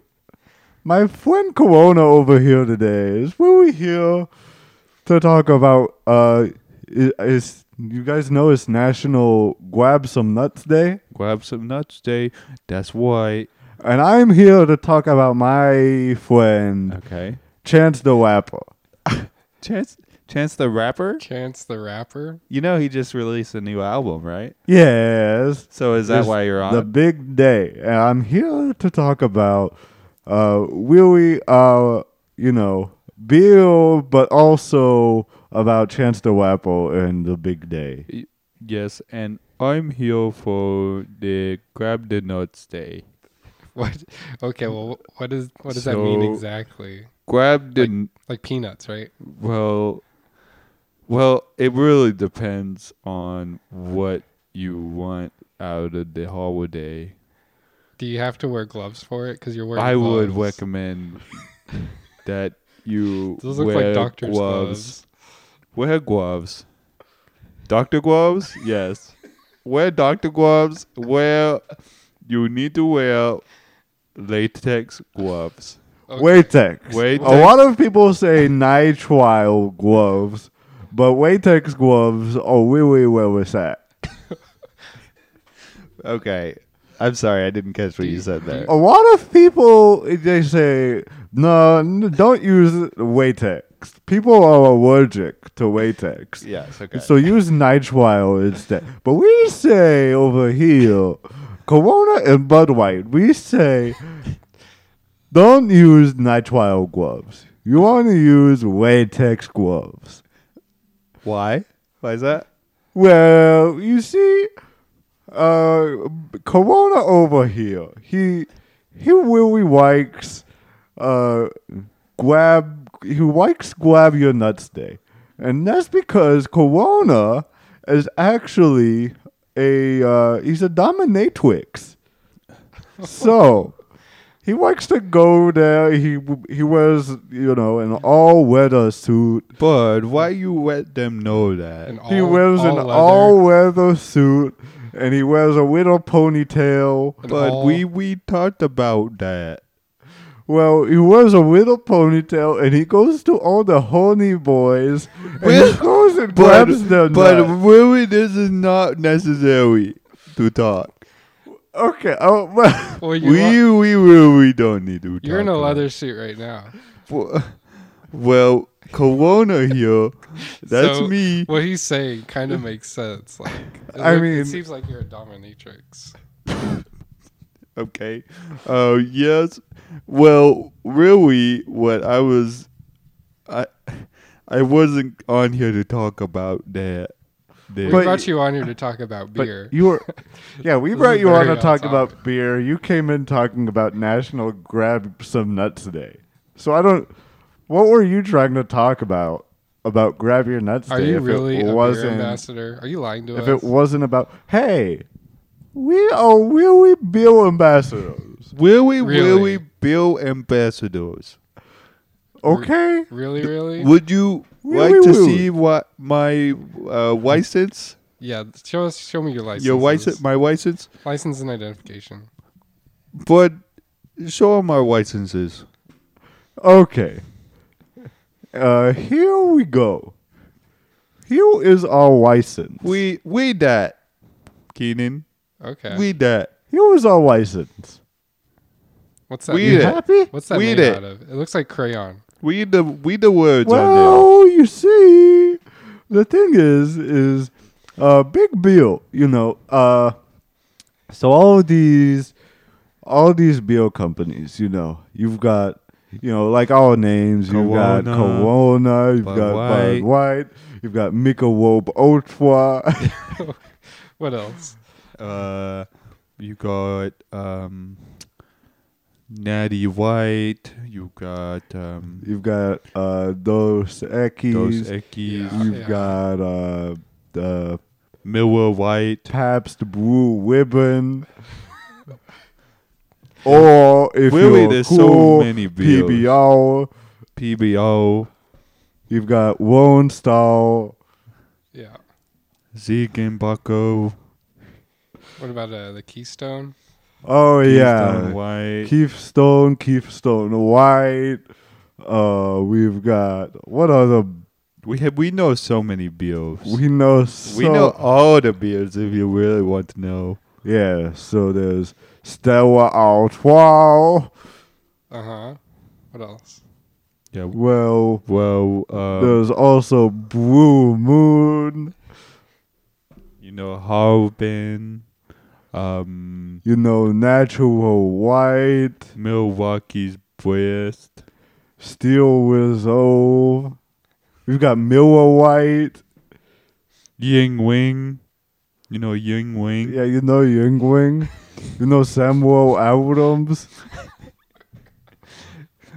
S1: my friend Corona over here today is really here to talk about. Uh, i- is you guys know it's National Grab Some Nuts Day?
S3: Grab some nuts day. That's why.
S1: And I'm here to talk about my friend
S3: Okay.
S1: Chance the Rapper.
S3: Chance Chance the Rapper?
S4: Chance the Rapper.
S3: You know he just released a new album, right?
S1: Yes,
S3: So is that
S1: This-
S3: why you're on?
S1: the big day, and I'm here to talk about uh, really, uh, you know, Bill, but also about Chance the Wapple and the Big Day.
S3: Yes, and I'm here for the grab the nuts day.
S4: What? Okay. Well, what is what does that mean
S3: So-
S4: exactly?
S3: Grab the n-
S4: Like peanuts, right?
S3: well, well, it really depends on what you want out of the holiday.
S4: Do you have to wear gloves for it? Because you're wearing.
S3: I would
S4: gloves.
S3: recommend that you
S4: Those look
S3: wear
S4: like doctor's
S3: gloves. Wear gloves. Doctor gloves? Yes. wear doctor gloves. Wear you need to wear latex gloves.
S4: Okay.
S1: Waytex.
S3: Waytex.
S1: A lot of people say nitrile gloves, but Waytex gloves are really where it's at.
S3: Okay. I'm sorry, I didn't catch what you said there.
S1: A lot of people they say no, n- don't use Waytex. People are allergic to Waytex.
S3: Yes, okay.
S1: So use nitrile instead. But we say over here, Corona and Bud White, we say don't use nitrile gloves. You want to use latex gloves.
S3: why? Why is that?
S1: Well, you see, uh, Corona over here, he he really likes uh, grab. He likes grab your nuts day, and that's because Corona is actually a uh, he's a dominatrix. So. He likes to go there. He he wears, you know, an all weather suit.
S3: Bud, why you let them know that?
S4: An
S1: He
S4: all-
S1: wears an
S4: leather-
S1: all weather suit and he wears a little ponytail.
S4: an
S3: Bud,
S4: all-
S3: we we talked about that.
S1: Well, he wears a little ponytail and he goes to all the horny boys and
S3: Well,
S1: he goes and
S3: But,
S1: grabs them.
S3: but
S1: nut.
S3: really, this is not necessary to talk.
S1: okay, oh, well,
S4: Well, you
S3: We, we really don't need to
S4: You're
S3: talk
S4: in a
S3: about
S4: leather suit right now.
S3: it. Well, Corona here, that's
S4: So,
S3: me.
S4: What he's saying kind of makes sense. Like, it
S1: I
S4: look-
S1: mean-
S4: it seems like you're a dominatrix.
S3: Okay. Oh, yes. Well, really, what I was. I I wasn't on here to talk about that. that-
S4: We
S1: But-
S4: brought you on here to talk about beer.
S1: but you were, yeah, we
S4: This
S1: brought
S4: is
S1: you on
S4: very
S1: to
S4: on
S1: talk
S4: topic.
S1: about beer. You came in talking about National Grab Some Nuts Day. So I don't, what were you trying to talk about? About grab your nuts
S4: Are
S1: day
S4: you
S1: if
S4: really
S1: it
S4: a beer
S1: wasn't
S4: ambassador? Are you lying to
S1: if
S4: us?
S1: it wasn't about hey we are really bill ambassadors
S3: Really,
S4: Really?
S3: really, Bill ambassadors.
S1: okay
S4: really, really?
S3: Would you
S1: Really,
S3: like to
S1: really?
S3: see what my uh, license?
S4: yeah. Show us. Show me your license.
S3: Your license, my license,
S4: license and identification.
S3: but show them our licenses.
S1: okay uh here we go here is our license
S3: We we that, Keenan.
S4: Okay.
S3: We that.
S1: here is our license
S4: What's that?
S3: we
S1: you
S4: made-
S3: did.
S1: happy
S4: What's that
S3: Weed
S4: made
S3: it.
S4: out of? It looks like crayon.
S3: We the we the words on
S1: well you see the thing is is uh big bill you know uh so all these all these beer companies, you know, you've got, you know, like our names, you've got
S3: Corona,
S1: Corona, you've
S3: Bud
S1: got Bud
S3: White.
S1: White, you've got Michelob Ultra,
S4: What else?
S3: there. Uh, you got um, Natty White. You got um,
S1: you've got uh, Dos
S3: Dos
S1: Equis,
S3: Equis.
S4: Yeah.
S1: you've got uh, uh,
S3: Miller White.
S1: Pabst Brew Ribbon. Or if
S3: Really,
S1: you're
S3: there's so
S1: cool,
S3: many beers.
S1: PBR,
S3: PBO.
S1: you've got Lone Star.
S4: Yeah.
S3: Zegan Bucko.
S4: What about uh, the Keystone?
S1: Oh yeah,
S3: Keystone White.
S1: Keith Stone, Keith Stone White. Uh, we've got what other
S3: We have we know so many beers. We,
S1: we know. So,
S3: know all the beers if you really want to know.
S1: Yeah, so there's Stella Artois.
S4: Uh huh. What else?
S3: Yeah. w-
S1: Well,
S3: Well, uh,
S1: there's also Blue Moon.
S3: you know Harbin, um,
S1: You know, Natural White.
S3: Milwaukee's Breast.
S1: Steel Wizzo. We've got Milwa White.
S3: Ying Wing. You know Ying Wing.
S1: Yeah, you know Yingwing. You know Samuel Adams.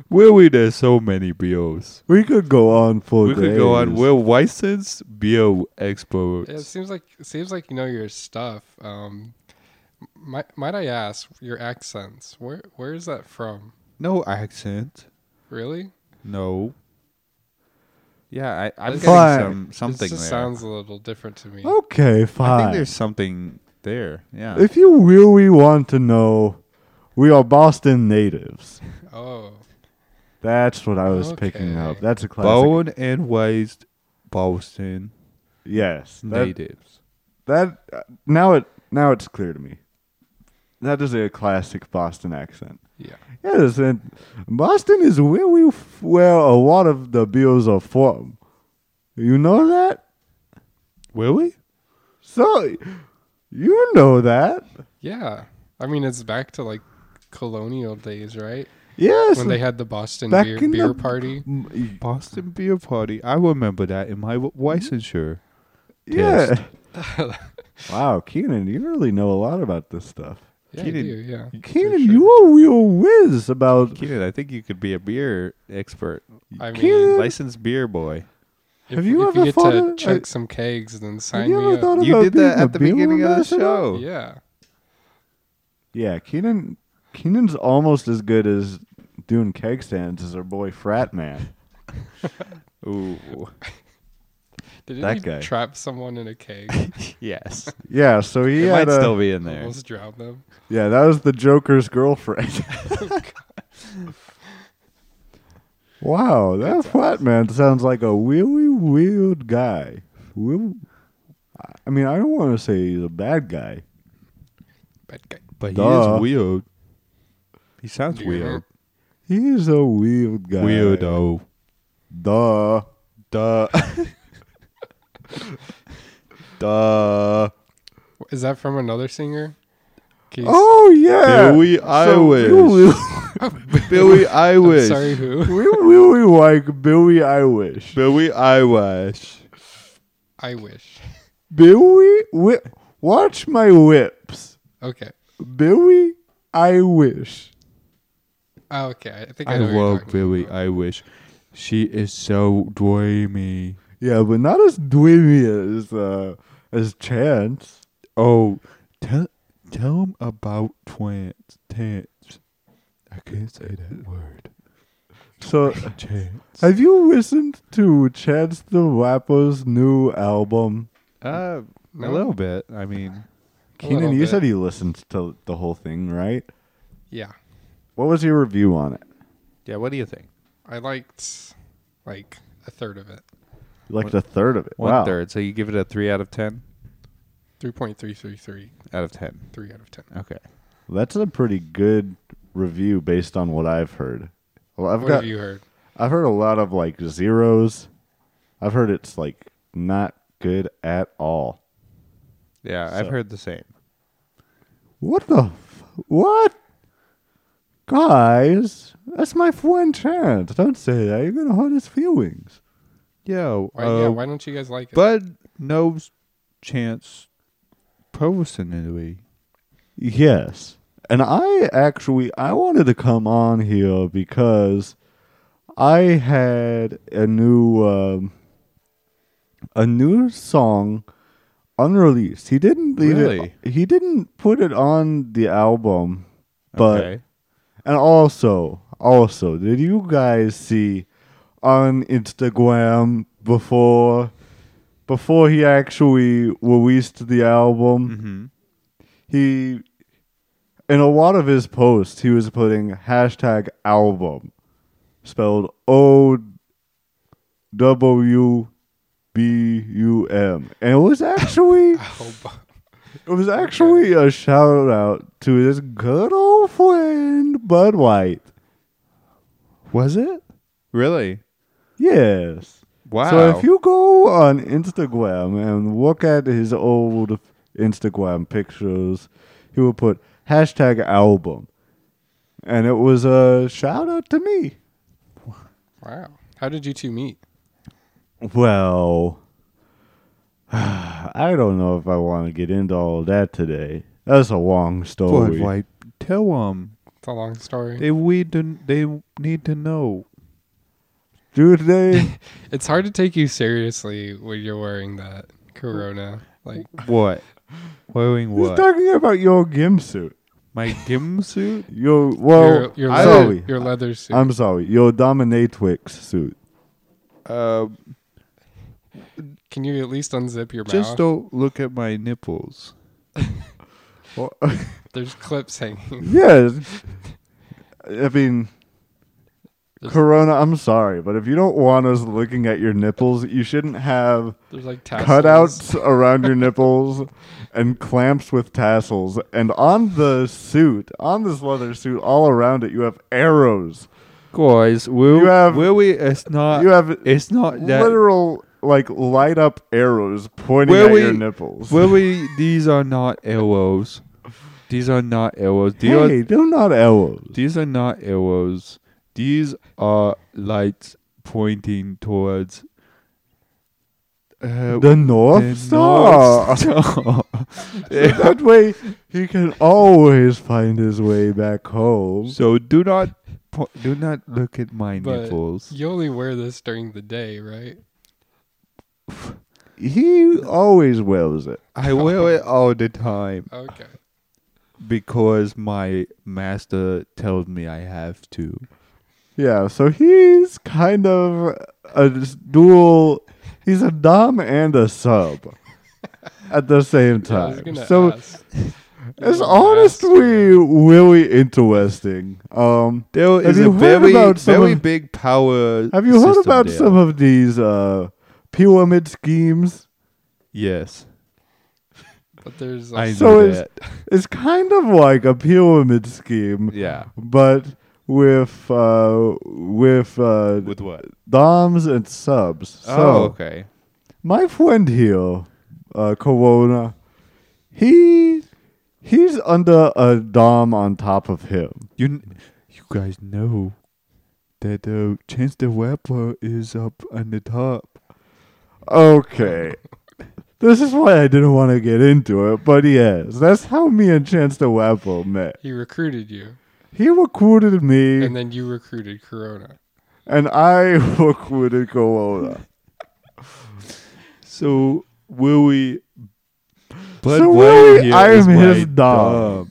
S3: Where we there's uh, so many BOs.
S1: We could go on for
S3: we could go on.
S1: days.
S3: We're licensed BO experts.
S4: It seems like it seems like you know your stuff. Um, might might I ask your accents? Where where is that from?
S3: No accent.
S4: Really?
S3: No. Yeah, I, I'm
S4: This
S3: getting
S1: guy-
S3: some something
S4: It just
S3: there.
S4: sounds a little different to me.
S1: Okay,
S3: I think
S1: fine.
S3: there's something there. Yeah.
S1: If you really want to know, we are Boston natives.
S4: Oh,
S1: That's what I was picking
S4: Okay.
S1: up. That's a classic.
S3: Bone and waste Boston
S1: Yes, that,
S3: natives.
S1: that uh, now it now it's clear to me. That is a classic Boston accent.
S4: yeah.
S1: Yes, and Boston is where we f- where a lot of the Bills are from. You know that?
S3: Will we?
S1: So you know that?
S4: Yeah. I mean, it's back to like colonial days, right?
S1: Yes.
S4: When they had the Boston
S1: back
S4: beer,
S1: in
S4: beer
S1: the-
S4: party.
S1: m-
S3: Boston Beer Party. I remember that in my w- licensure.
S1: yeah.
S3: Test.
S1: wow, Keenan, you really know a lot about this stuff.
S4: Yeah,
S3: Keenan-
S4: I do, yeah.
S1: Keenan, you are a real whiz about
S3: Keenan, I think you could be a beer expert.
S4: I
S1: Keenan,
S4: mean,
S3: Licensed beer boy.
S4: if,
S1: have you
S4: if
S1: ever
S4: you get
S1: thought
S4: to
S1: of-
S4: chug
S1: I-
S4: some kegs, then
S1: have
S4: sign
S1: you
S4: me
S1: ever
S4: up.
S1: thought
S3: You
S1: about
S3: did
S1: being
S3: that
S1: a
S3: at the
S1: Bill
S3: beginning of the
S1: ambassador?
S3: show.
S4: Yeah.
S1: Yeah, Keenan Keenan's almost as good as doing keg stands as our boy Frat Man.
S3: Ooh.
S4: Didn't
S1: That
S4: he
S1: guy.
S4: trap someone in a keg?
S3: yes.
S1: Yeah, so he
S3: It
S1: had
S3: might
S1: a,
S3: still be in there.
S4: Almost drowned them.
S1: Yeah, that was the Joker's girlfriend. wow, that Flat Man sounds like a really weird guy. Real- I mean, I don't want to say he's a bad guy.
S4: Bad guy.
S3: But he
S1: Duh.
S3: is weird. He sounds
S4: Yeah.
S3: weird.
S1: He's a weird guy.
S3: Weirdo.
S1: Duh.
S3: Duh. Duh.
S4: Is that from another singer? Keys-
S1: Oh yeah.
S3: Billy
S1: We,
S3: Irish. Billy
S4: I'm
S3: Irish.
S4: Sorry, who?
S1: we really like Billy Irish.
S3: Billy Irish.
S4: I wish.
S1: Billy, wi- watch my lips.
S4: Okay.
S1: Billy, I wish.
S4: Oh, okay. I think I,
S3: I
S4: know what you're
S3: love
S4: talking
S3: Billy
S4: about.
S3: Irish. She is so dreamy.
S1: Yeah, but not as dreamy as uh, as Chance.
S3: Oh, tell tell him about twins. Tants. I can't say that word.
S1: So,
S3: Chance.
S1: have you listened to Chance the Rapper's new album?
S3: Uh, a
S4: No?
S3: little bit. I mean,
S4: A little
S1: Keenan, you
S4: bit.
S1: said you listened to the whole thing, right?
S4: Yeah.
S1: What was your review on it?
S3: yeah. What do you think?
S4: I liked like a third of it.
S1: You liked a third of it.
S3: One third.
S1: wow.
S3: So you give it a three out of ten.
S4: 3.333.
S3: Out of ten.
S4: 3 out of 10.
S3: Okay.
S1: That's a pretty good review based on what I've heard. Well, I've
S4: what
S1: got
S4: have you heard?
S1: I've heard a lot of like zeros. I've heard it's like not good at all.
S3: Yeah, I've heard the same.
S1: What the? F- what? Guys, that's my friend Chance. Don't say that. You're gonna hurt his feelings.
S3: Yo,
S4: Why,
S3: uh,
S4: yeah,
S1: um,
S4: why don't you guys like it?
S3: Bud knows Chance personally.
S1: Yes, and I actually I wanted to come on here because I had a new um, a new song unreleased. He didn't leave
S3: Really?
S1: it. He didn't put it on the album, but.
S3: okay.
S1: And also, also, did you guys see on Instagram before before he actually released the album,
S3: Mhm.
S1: he in a lot of his posts he was putting hashtag album spelled O W B U M. And it was actually
S4: Oh, bu-
S1: it was actually a shout out to this good old friend Bud White.
S3: was it really?
S1: Yes.
S3: Wow.
S1: So if you go on Instagram and look at his old Instagram pictures, he will put hashtag album. And it was a shout out to me.
S4: Wow. How did you two meet?
S1: Well, I don't know if I want to get into all of that today. That's a long story.
S3: White, tell them
S4: It's a long story.
S3: they we to, they need to know.
S1: Dude, today,
S4: It's hard to take you seriously when you're wearing that corona. Like
S3: What? Wearing
S1: he's
S3: what?
S1: talking about your gym suit.
S3: My gim suit?
S1: Your well,
S4: your, your,
S1: I'm
S4: leather,
S1: sorry.
S4: your leather suit.
S1: I'm sorry. Your dominatrix suit.
S3: Uh,
S4: Can you at least unzip your
S3: just
S4: mouth?
S3: don't look at my nipples.
S1: Well,
S4: There's clips hanging.
S1: yes. I mean,
S4: There's-
S1: Corona. I'm sorry, but if you don't want us looking at your nipples, you shouldn't have
S4: There's like tassels.
S1: cutouts around your nipples and clamps with tassels. And on the suit, on this leather suit, all around it, you have arrows.
S3: Guys, will
S1: You have-
S3: will we? It's not.
S1: you have
S3: it's not Uh, that.
S1: literal like light up arrows pointing
S3: Where
S1: at your
S3: we-
S1: nipples.
S3: Will we? These are not arrows. These are not arrows. These are
S1: hey, they're not arrows.
S3: These are not arrows. These are lights pointing towards uh,
S1: The North
S3: the
S1: Star.
S3: North Star.
S1: that way, he can always find his way back home.
S3: so do not po- do not look at my
S4: But
S3: nipples.
S4: You only wear this during the day, right?
S1: He always wears it.
S3: I wear it all the time
S4: Okay.
S3: because my master tells me I have to.
S1: Yeah, so he's kind of a s- dual. He's a dom and a sub at the same
S4: Yeah, I was
S1: time.
S4: gonna
S1: so
S4: ask.
S1: it's
S4: gonna
S1: honestly really interesting. Um,
S3: There
S1: Have
S3: is
S1: you
S3: a
S1: heard
S3: very
S1: about some
S3: very
S1: of-
S3: big power.
S1: have you heard
S3: system
S1: about
S3: there.
S1: some of these uh, pyramid schemes?
S3: Yes,
S4: But there's
S3: I know
S4: like,
S1: So is-
S3: that.
S1: It's kind of like a pyramid scheme,
S3: Yeah,
S1: but with uh, with uh,
S3: with what?
S1: doms and subs. So
S3: oh, okay.
S1: my friend here, uh, Corona, he he's under a dom on top of him.
S3: You, kn- you guys know that uh, Chance the Rapper is up on the top.
S1: Okay. This is why I didn't want to get into it, but yes, that's how me and Chance the Wappo met.
S4: he recruited you,
S1: He recruited me,
S4: and
S1: and,
S4: then you recruited Corona.
S1: I recruited Corona.
S3: So Willie, Brad
S1: So
S3: White
S1: Willie,
S3: here
S1: I'm
S3: is
S1: his dog.
S3: my dog.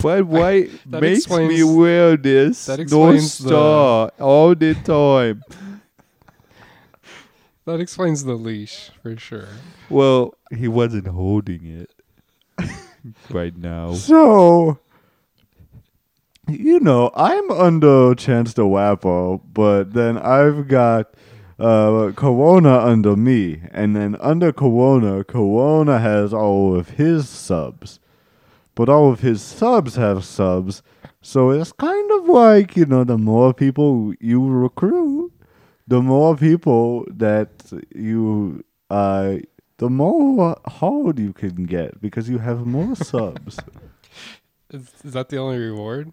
S3: Brad White
S4: that
S3: makes me
S4: explains-
S3: wear this
S4: that
S3: North
S4: explains the-
S3: Star all the time.
S4: That explains the leash for sure.
S3: well, he wasn't holding it right now.
S1: So, you know, I'm under Chance the Wappo, but then I've got uh, Corona under me, and then under Corona, Corona has all of his subs, but all of his subs have subs, so it's kind of like you know, the more people you recruit, the more people that you uh, the more hard you can get because you have more subs.
S4: Is, is that the only reward?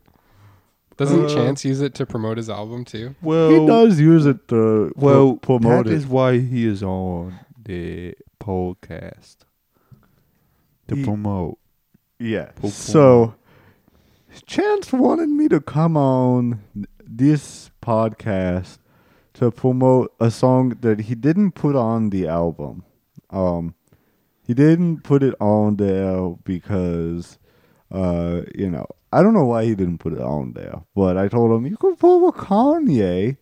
S4: Doesn't
S1: Uh,
S4: Chance use it to promote his album too?
S3: Well,
S1: he does use it to
S3: Well,
S1: well, promote
S3: that
S1: it.
S3: is why he is on the podcast to
S1: He-
S3: promote.
S1: yeah.
S3: Pro-
S1: So Chance wanted me to come on this podcast to promote a song that he didn't put on the album. Um, he didn't put it on there because, uh, you know, I don't know why he didn't put it on there. But I told him you can pull a Kanye,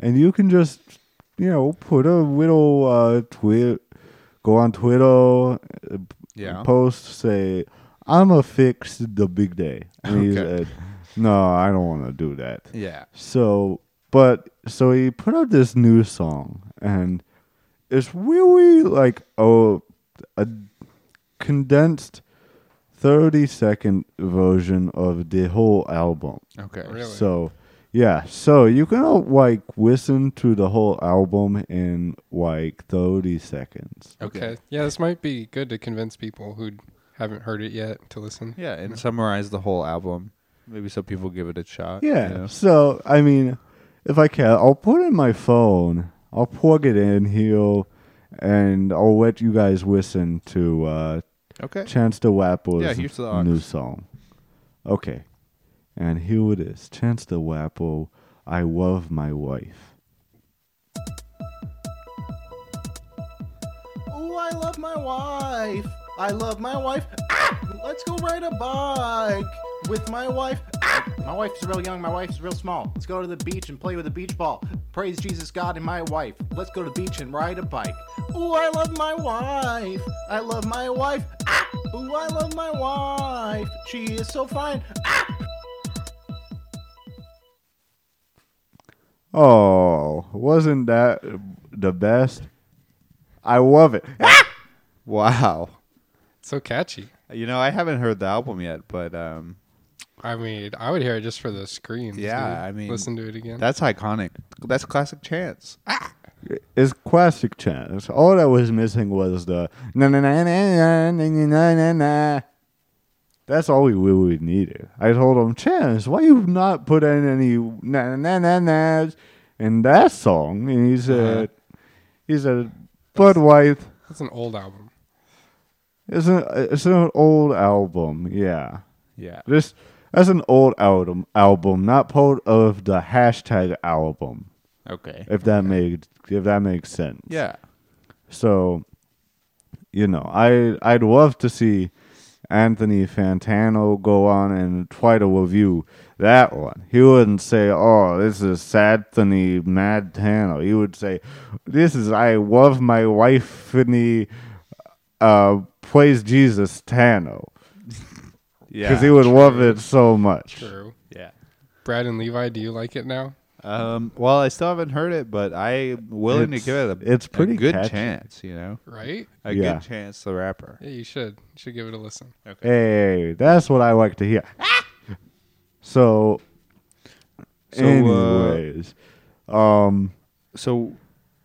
S1: and you can just, you know, put a little uh, tweet, go on Twitter, uh,
S5: Yeah.
S1: post say I'm a fix the big day. And he
S5: Okay.
S1: said, "No, I don't want to do that."
S5: Yeah.
S1: So, but so he put out this new song, and it's really like a, a condensed thirty second version of the whole album.
S5: Okay.
S4: Really?
S1: So, yeah, so you can uh, like listen to the whole album in like thirty seconds.
S4: Okay.
S5: Okay.
S4: Yeah, this might be good to convince people who haven't heard it yet to listen.
S5: Yeah, and summarize the whole album. Maybe so people give it a shot. you
S1: Yeah.
S5: know?
S1: So I mean, if I can, I'll put in my phone. I'll plug it in here, and I'll let you guys listen to uh,
S3: Okay.
S1: Chance the Wapple's
S3: Yeah, here's the ox.
S1: new song. Okay, and here it is. Chance the Wapple, I love my wife.
S6: Oh, I love my wife. I love my wife. Ah! Let's go ride a bike with my wife. Ah! My wife's real young. My wife's real small. Let's go to the beach and play with a beach ball. Praise Jesus, God, and my wife. Let's go to the beach and ride a bike. Oh, I love my wife. I love my wife. Ah! Ooh, I love my wife. She is so fine. Ah!
S1: Oh, wasn't that the best? I love it.
S3: Wow.
S4: It's so catchy.
S3: You know, I haven't heard the album yet, but um,
S4: I mean, I would hear it just for the screams.
S3: Yeah,
S4: dude.
S3: I mean,
S4: listen to it again.
S3: that's iconic. That's classic Chance.
S1: It's classic Chance. All that was missing was the na na na na na na na na na na. That's all we really needed. I told him, Chance, why you not put in any na na na na nas in that song? And he said, he said, Bud White
S4: that's an old album.
S1: is an it's an old album, yeah.
S3: Yeah.
S1: This that's an old album album, not part of the hashtag album.
S3: Okay.
S1: If that made if that makes sense.
S3: Yeah.
S1: So, you know, I I'd love to see Anthony Fantano go on and try to review that one. He wouldn't say, "Oh, this is Sadthony Mad Tano." He would say, "This is I love my wife, Anthony, uh, praise Jesus Tano,"
S3: Yeah.
S1: because he would love it so much.
S4: True.
S3: yeah.
S4: Brad and Levi, do you like it now?
S3: Um, well, I still haven't heard it, but I'm willing
S1: It's-
S3: to give it a,
S1: it's
S3: a
S1: pretty
S3: good
S1: catchy.
S3: chance, you know?
S4: Right?
S3: A
S1: Yeah.
S3: good chance, the rapper.
S4: Yeah, you should. You should give it a listen.
S1: Hey, that's what I like to hear. so,
S3: So, uh,
S1: anyways, um.
S3: So,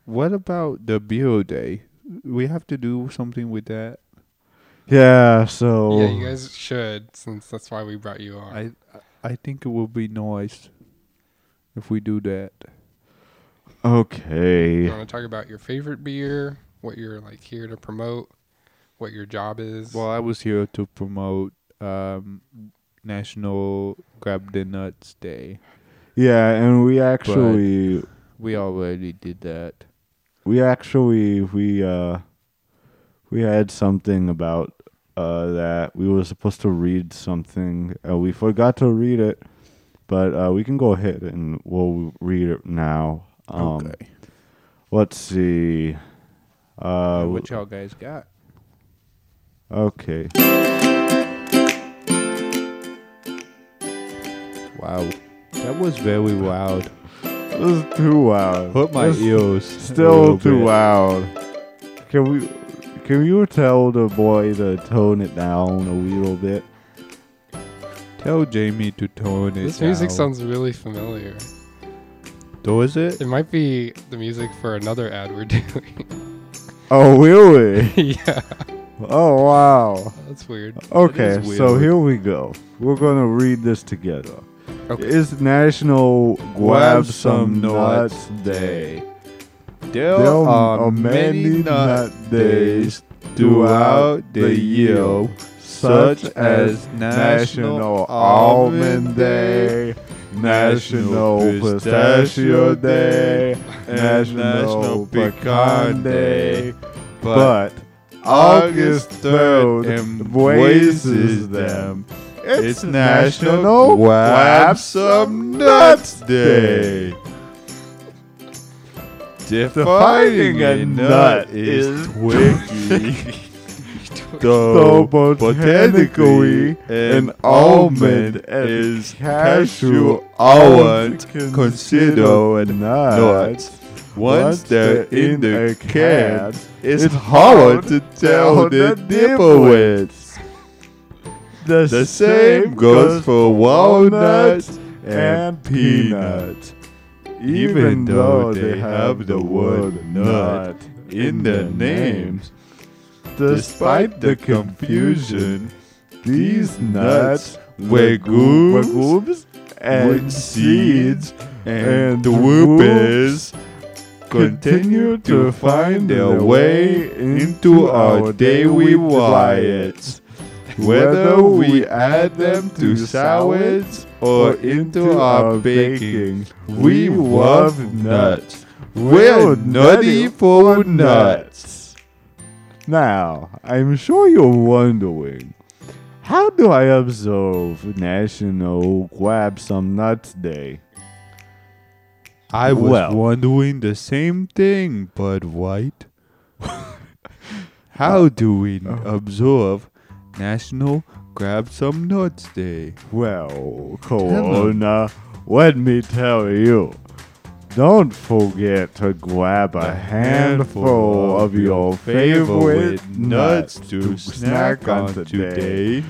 S3: what about the Bureau Day? We have to do something with that.
S1: Yeah, so
S4: Yeah, you guys should, since that's why we brought you on.
S3: Oh. I I think it would be nice if we do that.
S1: okay.
S4: You want to talk about your favorite beer, what you're like here to promote, what your job is.
S3: Well, I was here to promote um, National Grab the Nuts Day.
S1: Yeah, and we actually
S3: We already did that.
S1: we actually we uh we had something about uh that we were supposed to read something. Uh, we forgot to read it, but uh we can go ahead and we'll read it now. Um
S3: okay.
S1: let's see. Uh
S3: what y'all guys got?
S1: okay.
S3: Wow. That was very wild.
S1: This is too wild.
S3: Put my
S1: This-
S3: ears. a
S1: Still
S3: little
S1: too
S3: bit.
S1: loud. Can we? Can you tell the boy to tone it down a little bit?
S3: Tell Jamie to tone it
S4: this music
S3: down.
S4: sounds really familiar.
S3: Does it?
S4: It might be the music for another ad we're doing.
S1: Oh, really?
S4: yeah,
S1: oh, wow.
S4: that's weird.
S1: Okay,
S3: It is
S1: so
S3: weird.
S1: here we go. We're gonna read this together.
S4: Okay.
S1: It's National Grab Some Nuts Day.
S3: Day. There,
S1: There
S3: are,
S1: are
S3: many,
S1: many
S3: nut
S1: nut
S3: days
S1: days
S3: throughout the
S1: the
S3: year,
S1: year,
S3: such as National Almond Day, National
S1: National
S3: Pistachio
S1: Pistachio Day,
S3: and National
S1: National
S3: Pecan
S1: Pecan Day,
S3: Day, but
S1: but August 3rd
S3: embraces
S1: embraces
S3: them.
S1: them.
S3: It's National Grab
S1: Grab
S3: Some Nuts Day. Defining a nut is twiggy,
S1: So
S3: though
S1: botanically,
S3: botanically an almond is cashew almond considered
S1: considered
S3: nuts. Once
S1: Once
S3: they're
S1: they're
S3: in
S1: in
S3: the
S1: a
S3: can,
S1: can,
S3: it's
S1: it's
S3: hard
S1: hard to
S3: to tell
S1: tell
S3: the
S1: the
S3: difference. The same goes for walnuts and
S1: and
S3: peanuts. Even though they have the word nut in their names, despite the confusion, these nuts were
S1: were
S3: goobs
S1: goobs and seeds,
S3: and the whoop is
S1: continue to find their way into our daily diets, whether we add them to salads
S3: or into our baking.
S1: We love nuts.
S3: We're nutty for nuts.
S1: Now, I'm sure you're wondering, how do I observe National Grab Some Nuts Day?
S3: I was
S1: Well.
S3: wondering the same thing, Bud White. How do we
S1: oh.
S3: observe National Grab Some Nuts Day?
S1: Well, Corona, let me tell you. Don't forget to grab a handful of your favorite nuts to snack on today.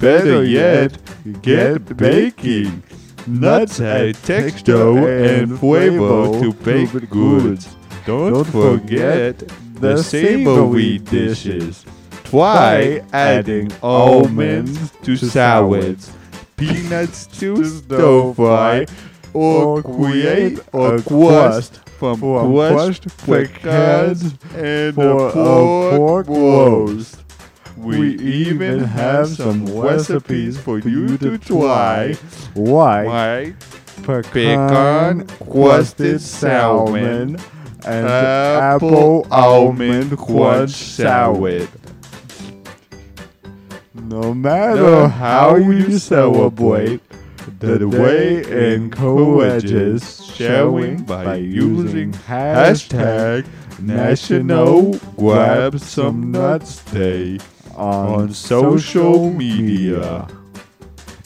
S1: Better yet, get baking. Nuts add texture and flavor to baked goods.
S3: Don't
S1: Don't
S3: forget
S1: forget
S3: the savory dishes. Try
S1: Try
S3: adding
S1: adding
S3: almonds
S1: almonds
S3: to
S1: to
S3: salads, peanuts to stir fry,
S1: or
S3: or create
S1: create
S3: a
S1: a
S3: crust from
S1: from
S3: crushed
S1: crushed
S3: pecans
S1: pecans
S3: and
S1: for
S3: a
S1: a pork
S3: pork roast. We
S1: We
S3: even have some recipes for you to try.
S1: Why?
S3: Why?
S1: Pecan crusted salmon and apple almond crunch salad. No matter how you celebrate, the way encourages sharing by using hashtag
S3: Hashtag National Grab Some Nuts Day
S1: on social media.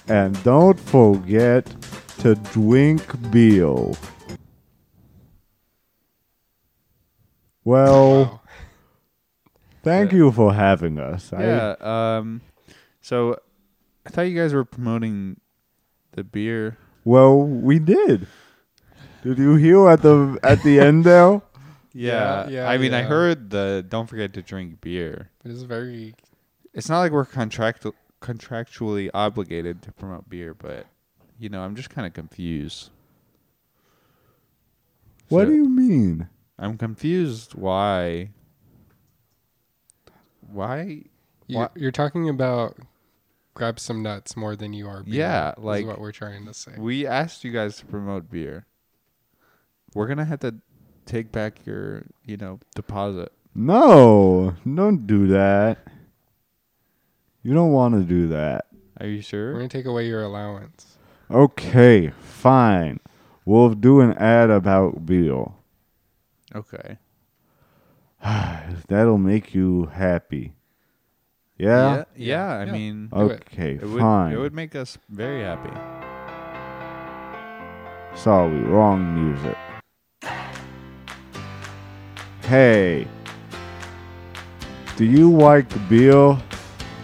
S1: And don't forget to drink beer. Well,
S4: Wow.
S1: thank you for having us.
S3: Yeah. Um. So, I thought you guys were promoting the beer.
S1: I, well, we did. Did you hear at the at the end there?
S4: Yeah,
S3: Yeah.
S4: yeah,
S3: I mean, I
S4: yeah.
S3: heard the don't forget to drink beer.
S4: It is very
S3: It's not like we're contractu- contractually obligated to promote beer, but you know, I'm just kind of confused.
S1: What
S3: So-
S1: do you mean?
S3: I'm confused why. Why?
S4: you,
S3: Wha-
S4: you're talking about grab some nuts more than you are. Beer,
S3: Yeah,
S4: is
S3: like-
S4: what we're trying to say.
S3: We asked you guys to promote beer. We're gonna have to take back your, you know, deposit.
S1: No, don't do that. You don't want to do that.
S3: Are you
S4: We're
S3: sure?
S4: gonna take away your allowance.
S1: Okay, fine. We'll do an ad about beer.
S3: Okay.
S1: That'll make you happy. Yeah.
S3: Yeah. I
S4: Yeah.
S3: mean,
S4: Do it.
S1: Okay,
S3: it would
S1: fine.
S3: it would make us very happy.
S1: Sorry, wrong music. Hey, do you like beer?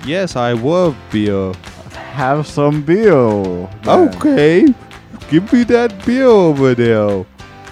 S3: Yes, I love beer.
S1: Have some beer.
S3: Oh.
S1: then.
S3: Okay, give me that beer over there.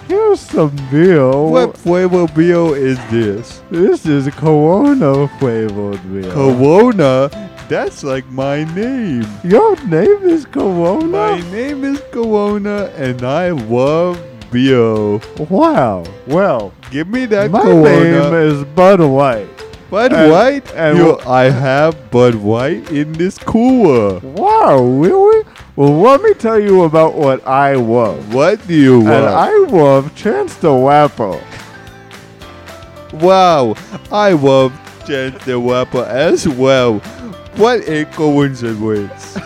S1: here's some beer.
S3: What flavor beer is this?
S1: This is Corona flavored beer.
S3: Corona. That's like my name.
S1: Your name is Corona?
S3: My name is Corona, and I love beer.
S1: wow. Well,
S3: Give me that
S1: my
S3: Corona.
S1: name is Bud White.
S3: Bud
S1: and-
S3: White.
S1: and-
S3: You- I have Bud White in this cooler.
S1: Wow, really? Well, let me tell you about what I love.
S3: What do you
S1: And
S3: want?
S1: I love Chance the Rapper.
S3: Wow, I love Chance the Rapper as well. What a coincidence.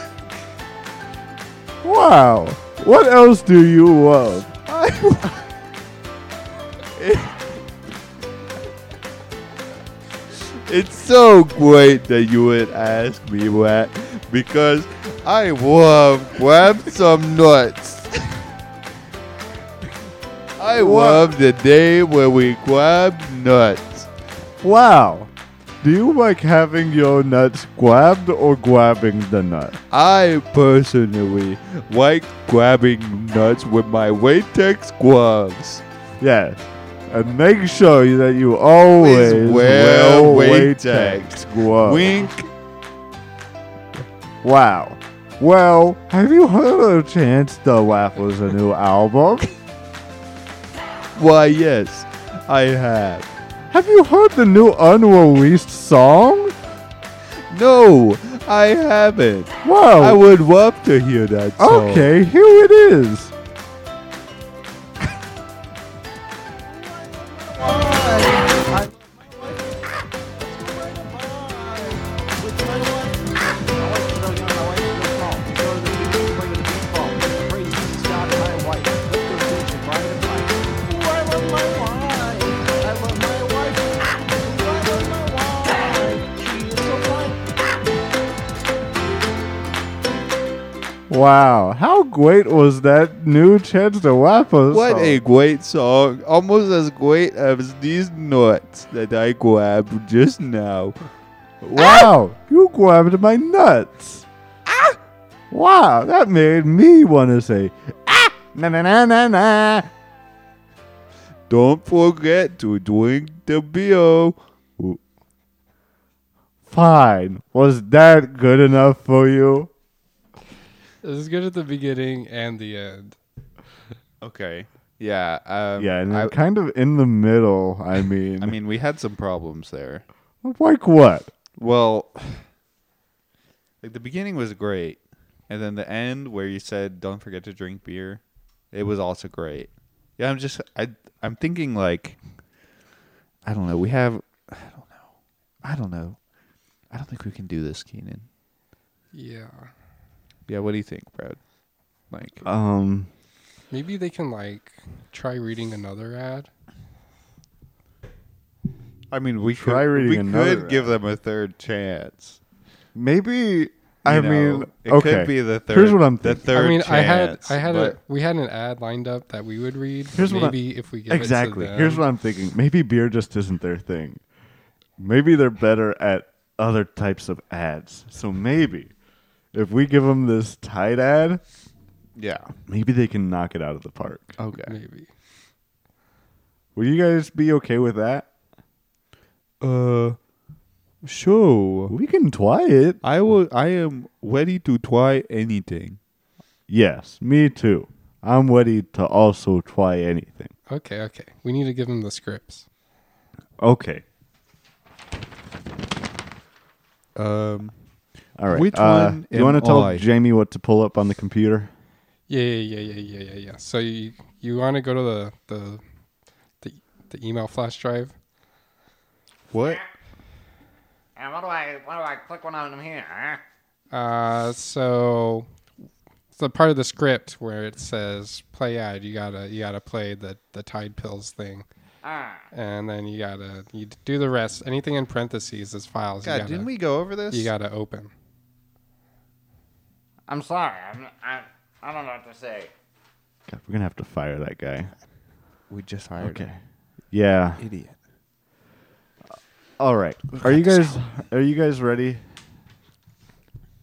S1: Wow. What else do you love?
S3: It's so great that you would ask me that because I love grab some nuts. I love the day where we grab nuts.
S1: Wow. Do you like having your nuts grabbed or grabbing the nut?
S3: I personally like grabbing nuts with my Waitex gloves.
S1: Yes. And make sure that you always
S3: Please wear Waitex.
S1: gloves.
S3: Wink.
S1: Wow. Well, have you heard of Chance the Waffle's a new album?
S3: Why, yes, I have.
S1: Have you heard the new unreleased song?
S3: No, I haven't.
S1: Wow.
S3: I would love to hear that song.
S1: okay, here it is.
S6: I love my wife. With my wife. My wife is real young, my wife is real small. Let's go to the beach and play with the beach ball. Praise Jesus, God, my wife. Let's go fish and ride a bike. Ooh, I love my wife. I love my wife. Ooh, I love my wife. She is so fine.
S1: Wow, how great was that new Chance the Waffle
S3: What
S1: song?
S3: a great song. Almost as great as these nuts that I grabbed just now.
S1: Wow, you grabbed my nuts.
S3: Ah!
S1: Wow, that made me want to say, ah, na na na na na.
S3: Don't forget to drink the beer.
S1: Fine, was that good enough for you?
S4: This is good at the beginning and the end.
S3: Okay. Yeah. Um,
S1: Yeah, and
S3: I,
S1: then kind of in the middle, I mean.
S3: I mean, we had some problems there.
S1: like what?
S3: Well, like the beginning was great, and then the end where you said don't forget to drink beer, it was also great. Yeah, I'm just I I'm thinking like I don't know. We have I don't know. I don't know. I don't think we can do this, Keenan.
S4: Yeah.
S3: Yeah, what do you think, Brad? Like
S1: Um,
S4: Maybe they can like try reading another ad.
S3: I mean, we
S1: Try
S3: could
S1: reading
S3: we
S1: another
S3: could give them a third chance.
S1: maybe I
S3: You know,
S1: mean,
S3: it
S1: okay.
S3: could be the third.
S1: Here's what I'm
S3: the
S1: thinking.
S3: third.
S4: I mean,
S3: chance,
S4: I had I had
S3: but-
S4: a we had an ad lined up that we would read. but
S1: Here's what I-
S4: maybe if we give
S1: exactly.
S4: It to them,
S1: Here's what I'm thinking. Maybe beer just isn't their thing. Maybe they're better at other types of ads. So maybe if we give them this tight ad,
S3: yeah.
S1: maybe they can knock it out of the park.
S3: Okay.
S4: maybe.
S1: Will you guys be okay with that?
S3: Uh, sure.
S1: We can try it.
S3: I will. I am ready to try anything.
S1: Yes, me too. I'm ready to also try anything.
S4: Okay, okay. We need to give them the scripts.
S1: Okay.
S3: Um,
S1: All right.
S3: Which
S1: uh,
S3: one
S1: You wanna
S3: am
S1: tell
S3: I?
S1: Jamie what to pull up on the computer?
S4: Yeah, yeah, yeah, yeah, yeah, yeah, yeah. So you you want to go to the the the, the email flash drive?
S3: what?
S7: And what do I what do I click when I'm here? Huh?
S4: Uh, so it's the part of the script where it says play ad. You gotta you gotta play the the Tide Pills thing,
S7: Ah,
S4: and then you gotta you do the rest. Anything in parentheses is files. you
S3: God,
S4: gotta,
S3: didn't we go over this?
S4: You gotta open.
S7: I'm sorry. I'm, I I don't know what to say.
S1: God, we're gonna have to fire that guy.
S3: we just hired. Okay.
S1: Yeah. Uh,
S3: Idiot.
S1: All right. Are you guys are you guys ready?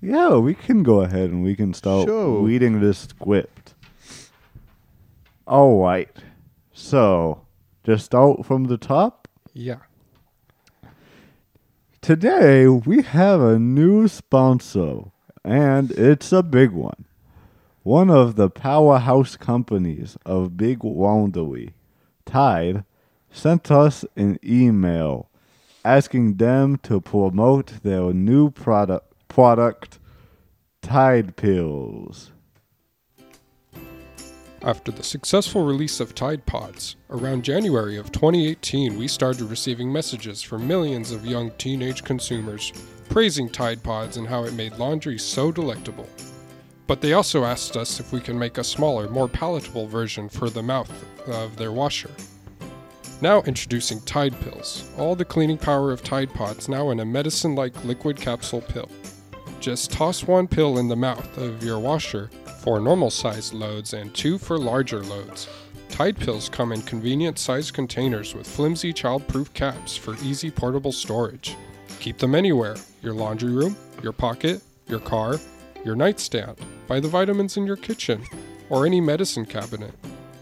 S1: Yeah, we can go ahead and we can start
S3: Sure.
S1: reading this script. All right. So, just start from the top.
S4: Yeah.
S1: Today we have a new sponsor, and it's a big one. One of the powerhouse companies of Big Laundry, Tide, sent us an email asking them to promote their new product, product Tide Pills.
S4: After the successful release of Tide Pods, around January of 2018, we started receiving messages from millions of young teenage consumers praising Tide Pods and how it made laundry so delectable. But they also asked us if we can make a smaller, more palatable version for the mouth of their washer. Now introducing Tide Pills, all the cleaning power of Tide Pods now in a medicine like liquid capsule pill. Just toss one pill in the mouth of your washer for normal sized loads and two for larger loads. Tide pills come in convenient sized containers with flimsy childproof caps for easy portable storage. Keep them anywhere your laundry room, your pocket, your car, your nightstand, by the vitamins in your kitchen, or any medicine cabinet.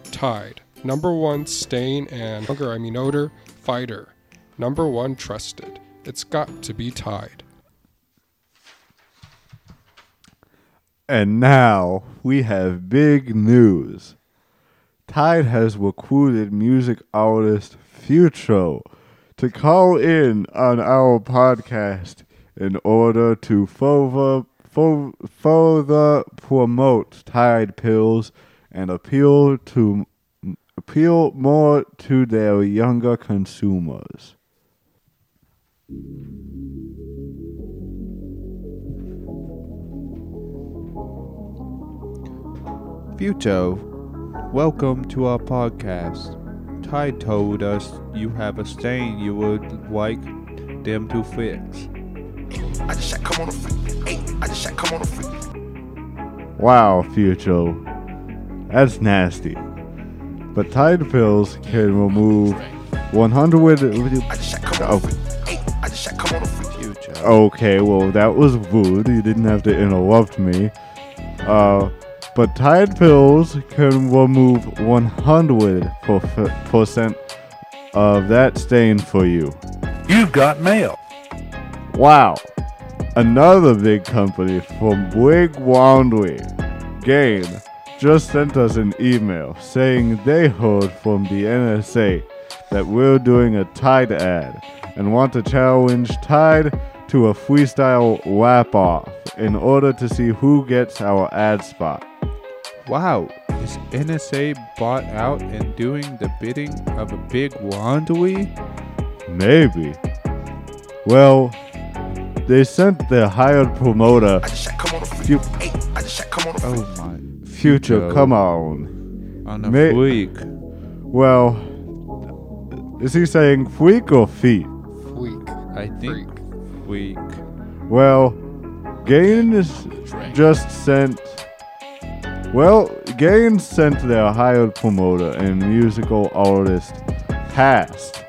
S4: Tide, number one stain and hunger, I mean odor, fighter. Number one trusted. It's got to be Tide.
S1: And now we have big news. Tide has recruited music artist Futuro to call in on our podcast in order to further, fur- further promote Tide Pills and appeal to appeal more to their younger consumers.
S3: Futo, welcome to our podcast. Ty told us you have a stain you would like them to fix.
S8: I just shot come on a freak. Hey, I just shot come on a freak.
S1: Wow, Future. That's nasty. But Tide Pills can remove 100.
S8: I just shot come on a freak. Hey, I just shot come on a freak.
S3: Futo.
S1: Okay, well, that was rude. You didn't have to interrupt me. Uh, but Tide Pills can remove 100% of that stain for you.
S8: You've got mail.
S1: Wow. Another big company from Big Woundry, Gain, just sent us an email saying they heard from the NSA that we're doing a Tide ad and want to challenge Tide to a freestyle rap off in order to see who gets our ad spot.
S3: Wow, is NSA bought out and doing the bidding of a big wandery?
S1: Maybe. Well, they sent their hired promoter,
S8: I just shot come on a freak.
S1: Fu-
S8: Hey, I just shot come on a freak.
S3: Oh my.
S1: Future, come on.
S3: On a
S1: May-
S3: freak.
S1: Well, is he saying freak or feet?
S4: Fleek.
S3: I think freak.
S1: Well, Gain is just sent. Well, Gain sent their hired promoter and musical artist Past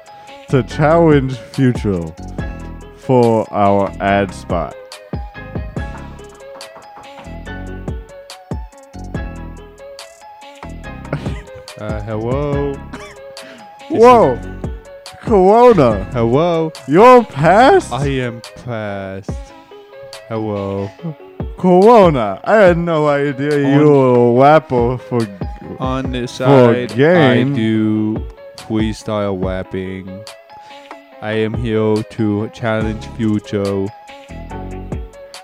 S1: to challenge Future for our ad spot.
S3: Uh, hello.
S1: Whoa, Corona,
S3: Hello.
S1: you're Past?
S3: I am past. Hello.
S1: Corona, I had no idea you were a rapper for
S3: On this side,
S1: game.
S3: I do freestyle rapping. I am here to challenge Future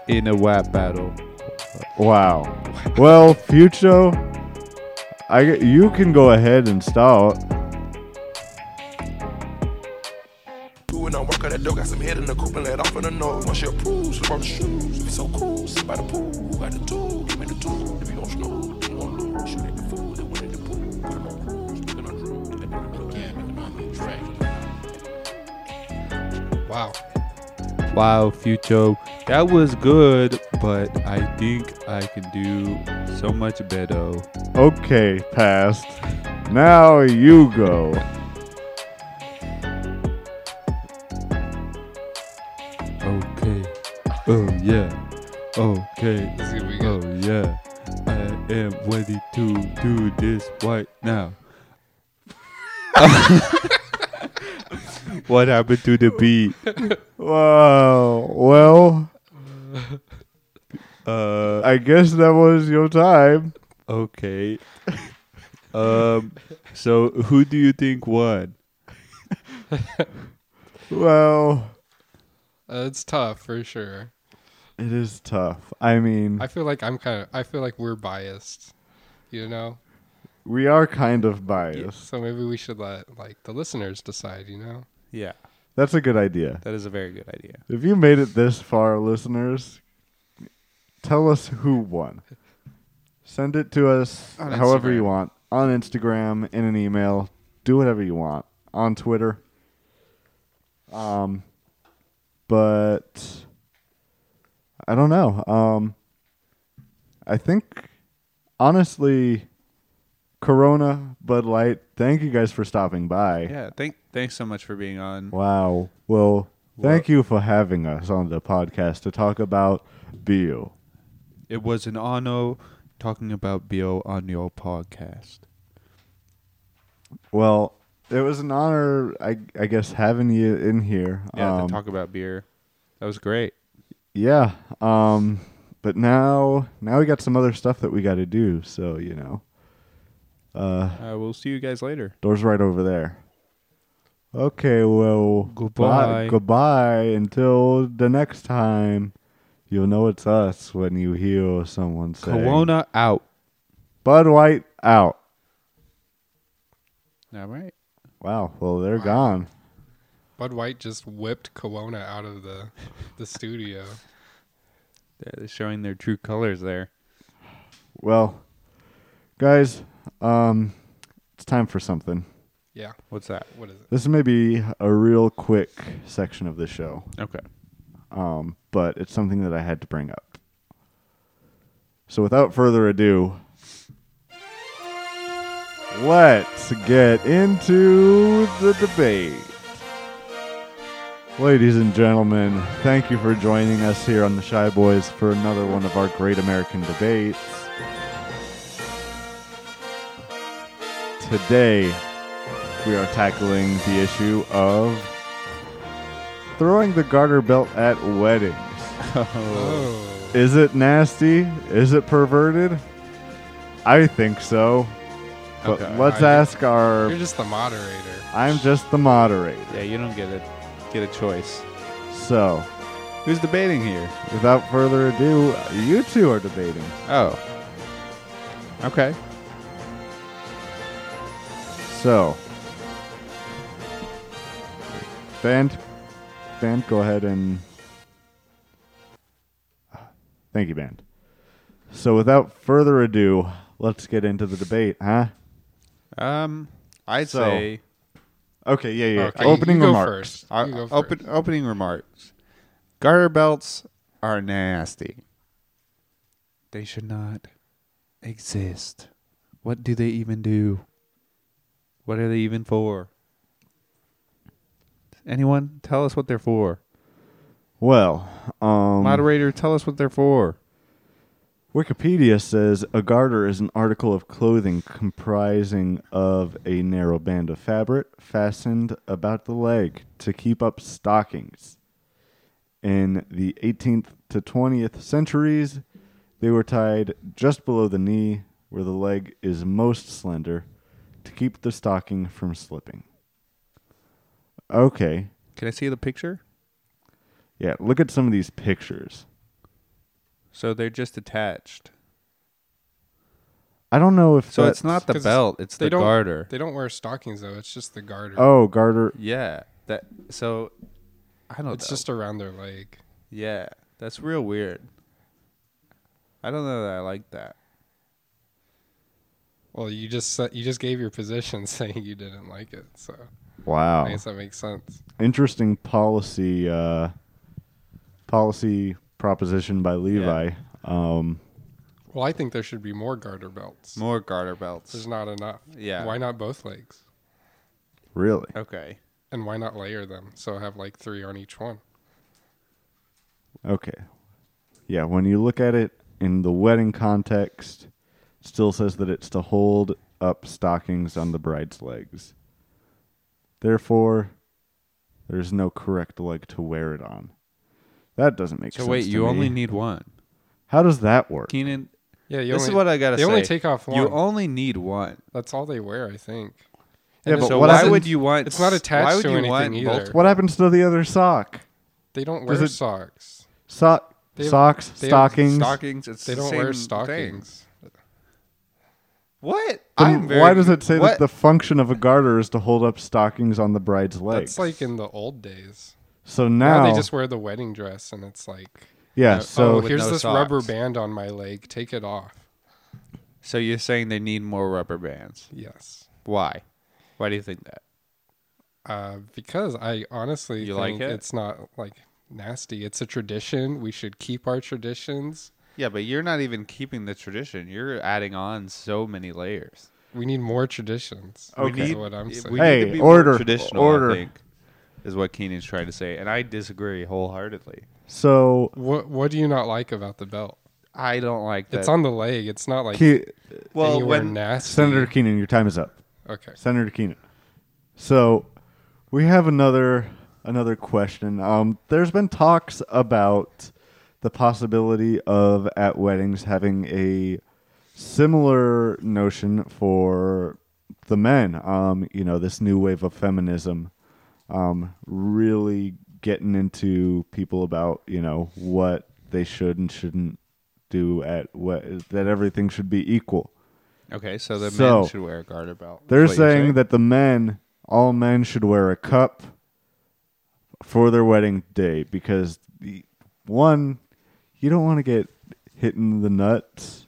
S3: in a rap battle.
S1: Wow. Well, Future, I g- you can go ahead and start.
S8: When I walk out that door, got some head in the coop and let off in the nose. My shit approves, look on the shoes. If it's so cool, sit by the pool. Got the tool, give me the tool. If you gon' snooze, you gon' lose. Shoot at the fool, they went in the pool. Put 'em on cruise, look at my crew. Let me look at me, let me track.
S4: Wow.
S3: Wow, Future, that was good, but I think I can do so much better.
S1: Okay, past. Now you go.
S3: Okay. Oh yeah. Okay.
S4: This is gonna be
S3: Oh
S4: good.
S3: yeah. I am ready to do this right now. what happened to the beat?
S1: Wow. Well,
S3: Uh
S1: I guess that was your time.
S3: okay. Um so who do you think won?
S1: Well,
S4: Uh, it's tough for sure.
S1: it is tough. I mean,
S4: I feel like I'm kind of. I feel like we're biased. You know.
S1: we are kind of biased.
S4: So maybe we should let like the listeners decide. You know.
S3: Yeah,
S1: That's a good idea.
S3: that is a very good idea.
S1: If you made it this far, listeners, tell us who won. Send it to us
S3: On
S1: however
S3: Instagram.
S1: you want on Instagram, in an email, do whatever you want on Twitter. Um, but I don't know. Um, I think honestly, Corona, Bud Light. Thank you guys for stopping by.
S3: Yeah, thank thanks so much for being on.
S1: Wow. Well, thank you for having us on the podcast to talk about beer.
S3: It was an honor talking about Bill on your podcast.
S1: Well, it was an honor, I, I guess, having you in here.
S3: Yeah,
S1: Um,
S3: to talk about beer. That was great.
S1: yeah. Um, But now, now we got some other stuff that we got to do. So you know,
S3: Uh, we'll see you guys later.
S1: doors right over there. Okay, well,
S3: Goodbye.
S1: bye- goodbye until the next time. You'll know it's us when you hear someone say
S3: Kelowna out.
S1: Bud White out.
S3: All right.
S1: Wow. Well, they're gone.
S4: Bud White just whipped Kelowna out of the the studio.
S3: They're showing their true colors there.
S1: Well, guys, um, it's time for something.
S4: Yeah.
S3: What's that?
S4: What is it?
S1: This may be a real quick section of the show,
S3: Okay.
S1: um, but it's something that I had to bring up. So, without further ado, let's get into the debate. Ladies and gentlemen, thank you for joining us here on the Shy Boys for another one of our great American debates. Today, we are tackling the issue of throwing the garter belt at weddings. Uh,
S4: Oh.
S1: Is it nasty? Is it perverted? I think so. But
S3: Okay.
S1: let's
S4: I-
S1: ask our.
S4: Oh, You're just the moderator.
S1: I'm just the moderator.
S3: Yeah, you don't get it. Get a choice.
S1: So,
S3: Who's debating here?
S1: without further ado, you two are debating.
S3: Oh. Okay.
S1: So, Ben, Ben, go ahead and thank you, Ben. So, without further ado, let's get into the debate, huh?
S3: Um, I'd
S1: So,
S3: say
S1: Okay, yeah, yeah.
S4: Okay,
S1: Opening
S4: you go
S1: remarks.
S4: first.
S3: uh,
S4: You go
S3: open
S4: first.
S3: opening remarks. Garter belts are nasty. They should not exist. What do they even do? What are they even for? Anyone tell us what they're for?
S1: Well, um,
S3: Moderator, tell us what they're for.
S1: Wikipedia says a garter is an article of clothing comprising of a narrow band of fabric fastened about the leg to keep up stockings. In the 18th to 20th centuries, they were tied just below the knee where the leg is most slender to keep the stocking from slipping. Okay.
S3: Can I see the picture?
S1: Yeah, look at some of these pictures.
S3: So they're just attached.
S1: I don't know if
S3: So
S1: that's,
S3: it's not the
S4: 'Cause
S3: belt; it's
S4: They
S3: the
S4: don't,
S3: garter.
S4: They don't wear stockings though. It's just the garter.
S1: Oh, garter.
S3: yeah, that. So I don't.
S4: It's
S3: know.
S4: just around their leg.
S3: yeah. That's real weird. I don't know that I like that.
S4: Well, you just said- you just gave your position saying you didn't like it, so
S1: Wow.
S4: I guess that makes sense.
S1: interesting policy uh, policy proposition by Levi. Um,
S4: Well, I think there should be more garter belts.
S3: More garter belts.
S4: There's not enough.
S3: Yeah.
S4: Why not both legs?
S1: really,
S3: Okay.
S4: And why not layer them? So have like three on each one.
S1: okay, yeah. When you look at it in the wedding context, it still says that it's to hold up stockings on the bride's legs. Therefore, there's no correct leg to wear it on. That doesn't make
S3: So
S1: sense.
S3: wait,
S1: to
S3: you
S1: me.
S3: only need one.
S1: How does that work?
S3: Keenan,
S4: Yeah, you
S3: this
S4: only,
S3: is what I gotta
S4: they
S3: say.
S4: only take off
S3: You
S4: one.
S3: only need one.
S4: That's all they wear, I think.
S1: Yeah, but
S3: so
S1: what
S3: why
S1: happens-
S3: would you want?
S4: It's not attached
S3: why would
S4: to
S3: you
S4: anything
S3: want
S4: either.
S3: multiple-
S1: What happens to the other sock?
S4: They don't
S1: Does
S4: wear
S1: it-
S4: socks.
S1: Sock,
S4: They have-
S1: socks,
S4: they have
S1: stockings.
S3: Stockings. It's
S4: They
S3: the
S4: don't wear
S3: same thing.
S4: stockings.
S3: What?
S1: Then
S3: I'm very-
S1: why does it say
S3: what?
S1: that the function of a garter is to hold up stockings on the bride's legs?
S4: That's like in the old days.
S1: so
S4: Now
S1: now,
S4: they just wear the wedding dress, and it's like,
S1: yeah.
S4: oh,
S1: So
S3: with
S4: here's
S3: no
S4: this rubber
S3: socks.
S4: band on my leg. Take it off.
S3: So you're saying they need more rubber bands?
S4: Yes.
S3: Why? Why do you think that?
S4: Uh, because I honestly
S3: You like
S4: think
S3: it?
S4: it's not like nasty. It's a tradition. We should keep our traditions.
S3: Yeah, but you're not even keeping the tradition. You're adding on so many layers.
S4: We need more traditions.
S1: Okay.
S4: This is
S1: need-
S4: Oh, what I'm
S3: It-
S4: saying.
S3: Oh, we
S1: Hey,
S3: need to be more
S1: order,
S3: traditional,
S1: order.
S3: I think, is what Keenan's trying to say, and I disagree wholeheartedly.
S1: so
S4: what What do you not like about the belt?
S3: I don't like that.
S4: It's on the leg. It's not like
S1: Ke-
S3: well
S4: anywhere
S3: when
S4: nasty.
S1: Senator Keenan, your time is up.
S4: Okay.
S1: Senator Keenan. So we have another another question. Um, there's been talks about the possibility of at weddings having a similar notion for the men. Um, you know, this new wave of feminism um, really getting into people about you know what they should and shouldn't do at what that everything should be equal.
S3: Okay, so the
S1: So,
S3: men should wear a garter belt. is
S1: They're
S3: what you're
S1: saying, that the men, all men, should wear a cup for their wedding day because the- one, you don't want to get hit in the nuts,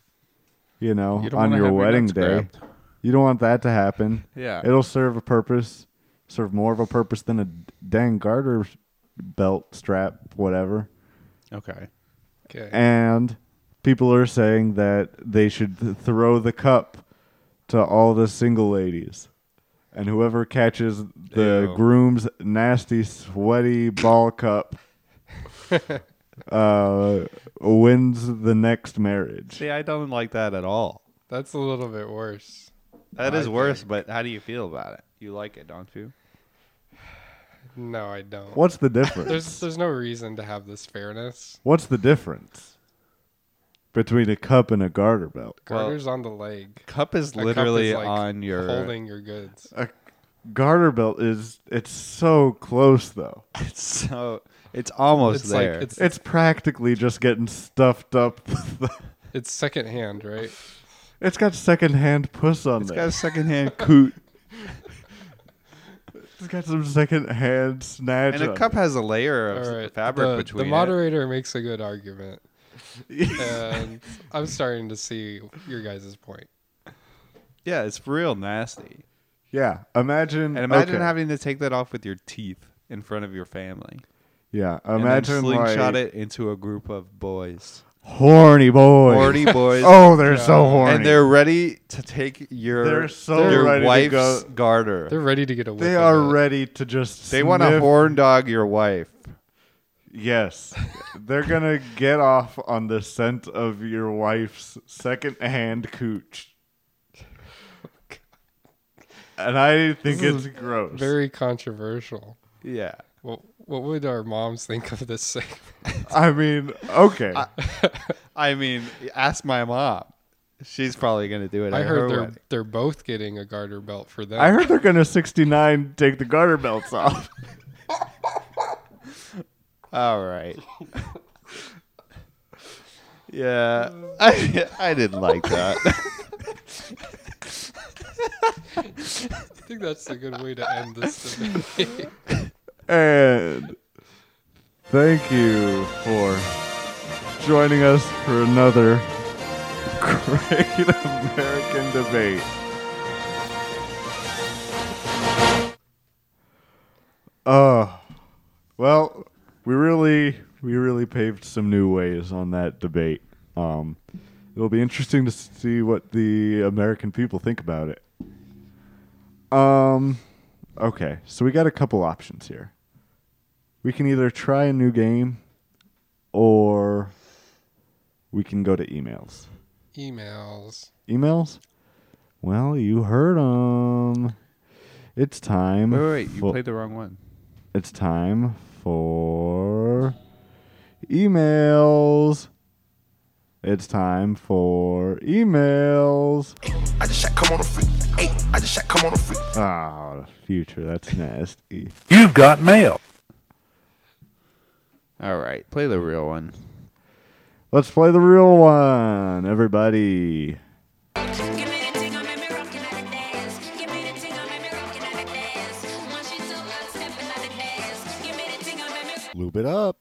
S1: you know,
S3: You don't
S1: on
S3: wanna
S1: your
S3: have your
S1: wedding
S3: nuts
S1: day.
S3: grabbed.
S1: You don't want that to happen.
S3: Yeah.
S1: it'll serve a purpose, serve more of a purpose than a dang garter belt strap, whatever
S3: Okay.
S4: Okay.
S1: and people are saying that they should th- throw the cup to all the single ladies. And whoever catches the
S3: Ew.
S1: groom's nasty, sweaty ball cup uh, wins the next marriage.
S3: See, I don't like that at all.
S4: That's a little bit worse.
S3: That
S4: I
S3: is worse, but how do you feel about it? You like it, don't you?
S4: No, I don't.
S1: What's the difference?
S4: There's there's no reason to have this fairness.
S1: What's the difference between a cup and a garter belt?
S3: Well,
S4: Garters on the leg.
S3: Cup is
S4: A cup
S3: literally
S4: is, like,
S3: on your.
S4: holding your goods.
S1: A garter belt is, it's so close though.
S3: It's so it's almost
S4: It's
S3: there.
S4: like it's
S1: It's practically just getting stuffed up with the
S4: it's secondhand, right?
S1: It's got secondhand puss on
S3: it's
S1: there.
S3: got a secondhand coot,
S1: it's got some secondhand snatch.
S3: and a
S1: on
S3: cup has a layer of
S4: All
S3: s-
S4: right.
S3: fabric
S4: the,
S3: between.
S4: the
S3: it.
S4: moderator makes a good argument,
S1: it.
S4: and I'm starting to see your guys' point.
S3: Yeah, it's real nasty.
S1: yeah. Imagine.
S3: And imagine
S1: okay.
S3: having to take that off with your teeth in front of your family.
S1: Yeah.
S3: and then
S1: Imagine
S3: slingshot
S1: like
S3: it into a group of boys,
S1: horny boys.
S3: horny boys,
S1: Oh, they're so horny.
S3: and they're ready to take your
S1: They're so
S3: your
S1: ready to
S3: wife's
S1: go-
S3: garter.
S4: They're ready to get away.
S1: They are ready to just.
S3: They want to
S1: sniff-
S3: horn dog your wife.
S1: Yes. they're gonna get off on the scent of your wife's secondhand cooch. And I think it's gross.
S4: Very controversial.
S3: Yeah.
S4: Well, what would our moms think of this segment?
S1: I mean, okay.
S3: I mean, ask my mom. She's probably going to do it.
S4: I
S3: at her
S4: heard they're
S3: wedding.
S4: they're both getting a garter belt for them.
S1: I heard they're gonna 69 take the garter belts off.
S3: All right. yeah. I, I didn't like that.
S4: I think that's a good way to end this debate.
S1: And thank you for joining us for another great American debate. Uh, well, we really, we really paved some new ways on that debate. Um, it'll be interesting to see what the American people think about it. Um, okay, so we got a couple options here. We can either try a new game, or we can go to emails.
S4: Emails.
S1: Emails? Well, you heard 'em. It's time.
S3: Wait, wait, wait. You
S1: for-
S3: played the wrong one.
S1: It's time for emails. It's time for emails.
S8: I just shot come on a freak. Hey, I just shot come on a freak.
S1: Ah, future, that's nasty.
S3: All right. Play the real one.
S1: Let's play the real one, everybody.
S9: Give me the tingle, make me rock it like a dance. Give me the tingle, make me rock it like a dance. One, she two, I'm stepping like a dance. Give me the tingle, make me.
S1: Lube it up.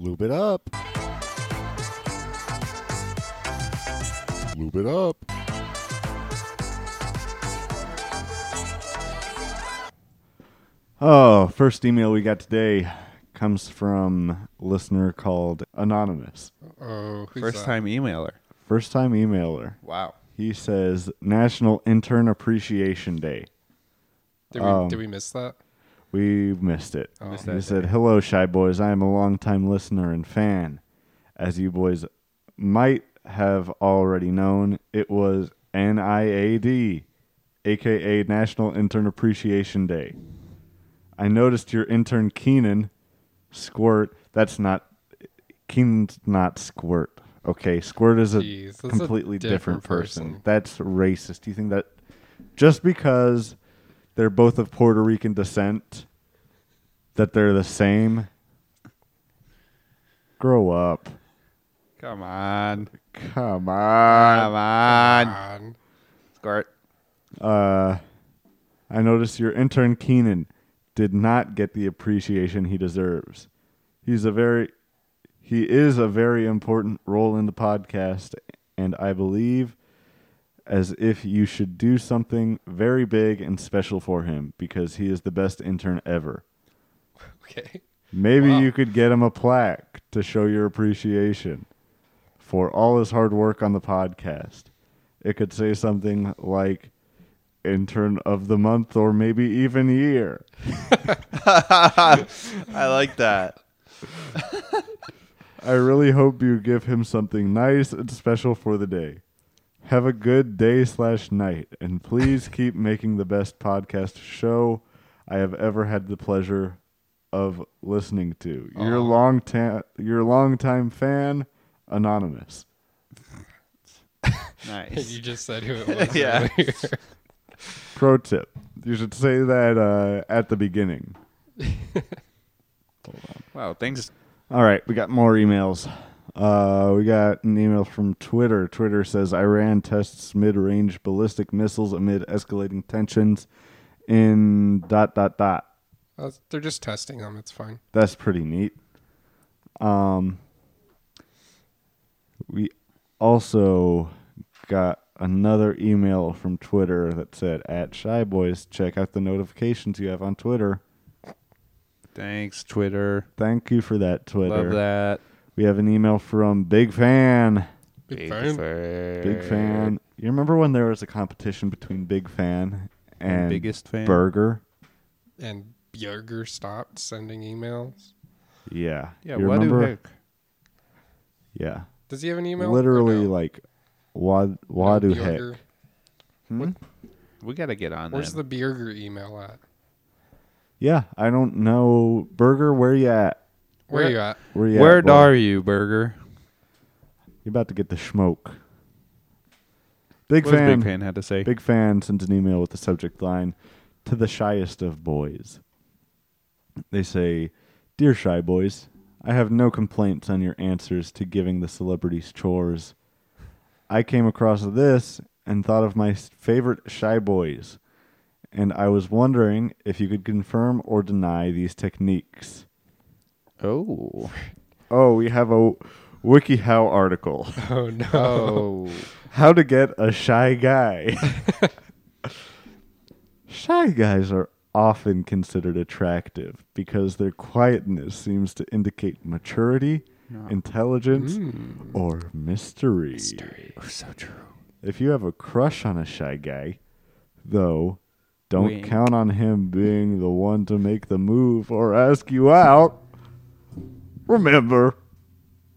S2: Lube it up. Lube it up.
S1: Oh, first email we got today comes from a listener called Anonymous.
S4: Oh, who's
S3: First
S4: that?
S3: time emailer.
S1: First time emailer.
S3: Wow.
S1: He says National Intern Appreciation Day.
S4: Did we, did we miss that?
S1: We missed it.
S3: Missed
S1: he
S3: that
S1: said, Hello, Shy Boys. I am a longtime listener and fan. As you boys might have already known, it was NIAD, aka National Intern Appreciation Day. I noticed your intern Keenan squirt. That's not Keenan's not squirt. Okay, squirt is a
S4: Jeez, that's a
S1: completely different,
S4: different
S1: person.
S4: person.
S1: That's racist. Do you think that just because they're both of Puerto Rican descent that they're the same? Grow up.
S3: Come on.
S1: Come on.
S3: Come on.
S4: On.
S3: Squirt.
S1: Uh, I noticed your intern Keenan did not get the appreciation he deserves. He's a very he is a very important role in the podcast and I believe as if you should do something very big and special for him because he is the best intern ever.
S4: Okay.
S1: Maybe you could get him a plaque to show your appreciation for all his hard work on the podcast. It could say something like intern of the month or maybe even year.
S3: I like that.
S1: I really hope you give him something nice and special for the day. Have a good day slash night, and please keep making the best podcast show I have ever had the pleasure of listening to. Your long ta- your longtime fan, Anonymous.
S3: Nice.
S4: You just said who it was.
S3: Yeah.
S4: earlier.
S1: Pro tip: You should say that uh, at the beginning.
S3: Wow, thanks.
S1: All right, we got more emails. Uh, we got an email from Twitter. Twitter says Iran tests mid-range ballistic missiles amid escalating tensions in dot dot dot.
S4: Uh, they're just testing them. It's fine.
S1: That's pretty neat. Um, we also got another email from Twitter that said at Shy Boys, check out the notifications you have on Twitter.
S3: Thanks, Twitter.
S1: Thank you for that, Twitter.
S3: Love that.
S1: We have an email from Big Fan.
S4: Big fan.
S1: Big fan. You remember when there was a competition between Big Fan and
S3: biggest fan.
S1: Burger?
S4: And Bjerger stopped sending emails.
S1: Yeah.
S3: Yeah,
S1: You
S3: what
S1: remember?
S3: do heck?
S1: Yeah.
S4: Does he have an email?
S1: Literally
S4: Or no?
S1: like wad
S4: No,
S1: wadu heck.
S4: Bjerger.
S3: We gotta get on
S4: Where's
S3: that.
S4: the Bjerger email at?
S1: Yeah, I don't know. Burger, where you at?
S4: Where
S3: Where-
S4: you at?
S1: Where you
S3: Where
S1: at? boy?
S3: are you, Burger?
S1: You about to get the smoke. Big
S3: What does
S1: fan.
S3: Big fan had to say.
S1: Big fan sends an email with the subject line to the shyest of boys. They say, Dear Shy Boys, I have no complaints on your answers to giving the celebrities chores. I came across this and thought of my s- favorite Shy Boys, and I was wondering if you could confirm or deny these techniques.
S3: Oh.
S1: Oh, we have a WikiHow article.
S4: Oh no.
S3: Oh.
S1: How to get a shy guy. shy guys are often considered attractive because their quietness seems to indicate maturity, intelligence, or mystery. Mystery.
S3: Hmm. Oh, so true.
S1: If you have a crush on a shy guy, though, don't
S3: Wink.
S1: count on him being the one to make the move or ask you out. Remember,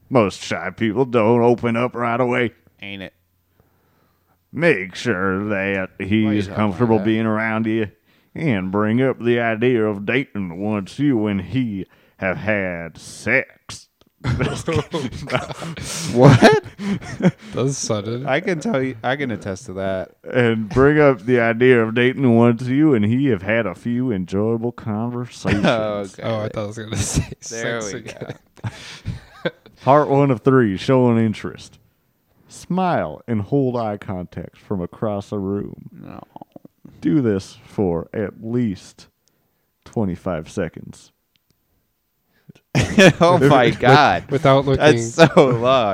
S1: most shy people don't open up right away
S3: Ain't it?
S1: make sure that
S3: Why you
S1: he's
S3: talking
S1: comfortable
S3: like that?
S1: being around you and bring up the idea of dating once you and he have had sex.
S3: What?
S4: That's sudden.
S3: I can tell you. I can attest to that.
S1: and bring up the idea of dating once you and he have had a few enjoyable conversations.
S4: oh, I thought I was gonna say
S3: There
S4: sex
S3: we
S4: again.
S3: go.
S1: Part one of three, showing interest. Smile and hold eye contact from across a room.
S3: No.
S1: Do this for at least 25 seconds.
S3: oh my god.
S4: Without looking,
S3: That's so long.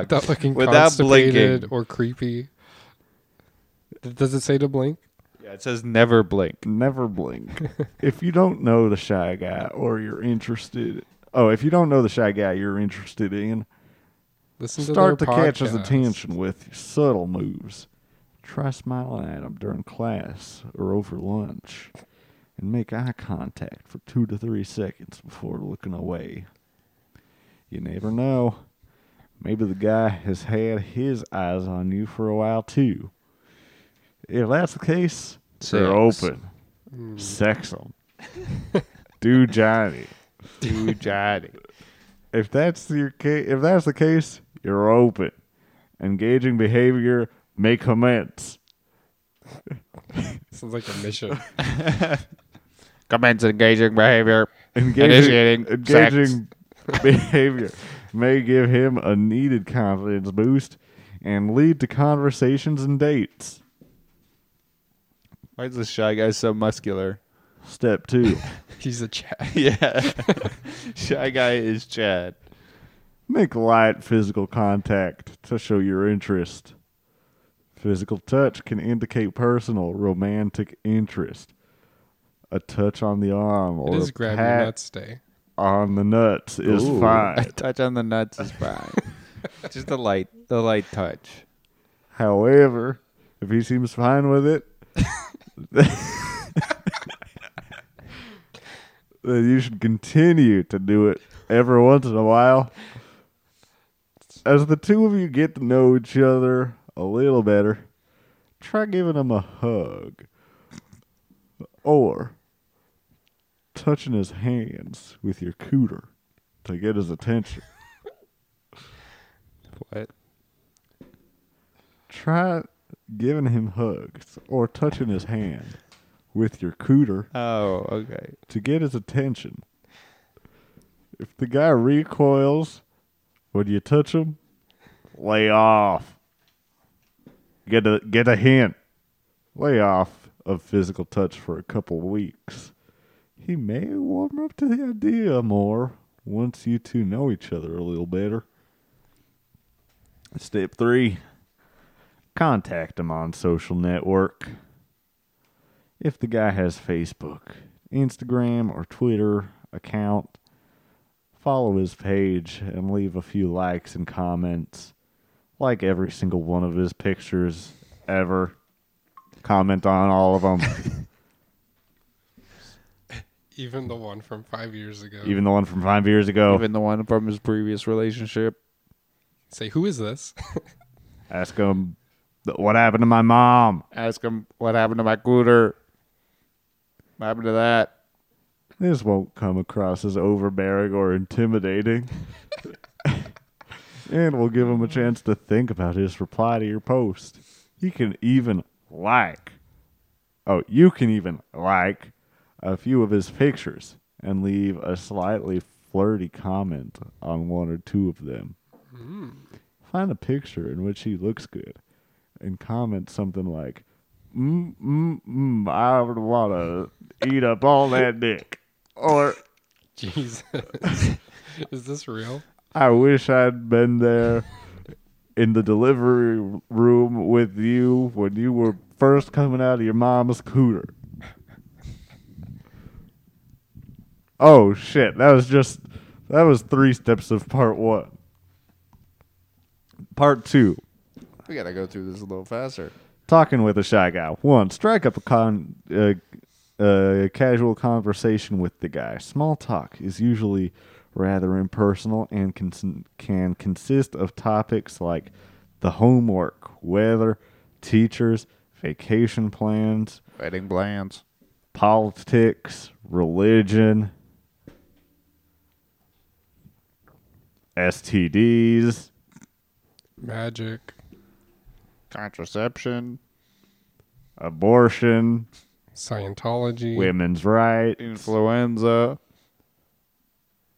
S4: without looking
S3: Without
S4: constipated
S3: blinking.
S4: or creepy. Th- Does it say to blink?
S3: Yeah, it says never blink.
S1: never blink. if you don't know the shy guy or you're interested, oh, if you don't know the shy guy you're interested in,
S4: Listen
S1: start
S4: to
S1: to
S4: their
S1: catch his
S4: podcast.
S1: attention with subtle moves. Try smiling at him during class or over lunch, and make eye contact for two to three seconds before looking away. You never know. Maybe the guy has had his eyes on you for a while too. If that's the case, They're
S3: Six.
S1: open.
S4: Mm.
S1: Sex them. Do Johnny.
S3: Do Johnny.
S1: If that's your ca- if that's the case, you're open. Engaging behavior may commence.
S4: Sounds like a mission.
S3: Commence engaging behavior.
S1: Engaging,
S3: Initiating sex.
S1: engaging behavior may give him a needed confidence boost and lead to conversations and dates.
S3: Why is this shy guy so muscular?
S1: Step two.
S4: He's a chat.
S3: yeah. shy guy is Chad.
S1: Make light physical contact to show your interest. Physical touch can indicate personal, romantic interest. A touch on the arm
S4: It
S1: or
S4: is
S1: a
S4: grab
S1: pat
S4: your nuts day.
S1: on the nuts is
S3: A
S1: fine.
S3: touch on the nuts is fine. Just a light, the light touch.
S1: However, if he seems fine with it, then you should continue to do it every once in a while. As the two of you get to know each other a little better, try giving him a hug or touching his hands with your cooter to get his attention.
S3: What?
S1: Try giving him hugs or touching his hand with your cooter
S3: Oh, okay.
S1: to get his attention. If the guy recoils when you touch him, lay off. Get a get a hint. Lay off of physical touch for a couple weeks. He may warm up to the idea more once you two know each other a little better. Step three. Contact him on social network if the guy has Facebook, Instagram, or Twitter account, follow his page and leave a few likes and comments. Like every single one of his pictures ever. Comment on all of them,
S4: Even the one from five years ago.
S1: even the one from five years ago.
S3: Even the one from his previous relationship.
S4: Say, who is this?
S1: Ask him what happened to my mom.
S3: Ask him what happened to my cooter. What happened to that?
S1: This won't come across as overbearing or intimidating. and we'll give him a chance to think about his reply to your post. You can even like, oh, you can even like a few of his pictures and leave a slightly flirty comment on one or two of them. Find a picture in which he looks good and comment something like, mm, mm, mm, I would want to eat up all that dick. Or,
S4: Jesus. is this real?
S1: I wish I'd been there in the delivery room with you when you were first coming out of your mom's cooter. Oh shit, that was just that was three steps of part one. Part two.
S3: We gotta go through this a little faster.
S1: Talking with a shy guy. One, strike up a con, uh, uh, casual conversation with the guy. Small talk is usually rather impersonal and can, can consist of topics like the homework, weather, teachers, vacation plans,
S3: Wedding plans.
S1: politics, religion, STDs,
S4: Magic.
S3: Contraception.
S1: abortion,
S4: Scientology.
S1: women's rights.
S3: Influenza.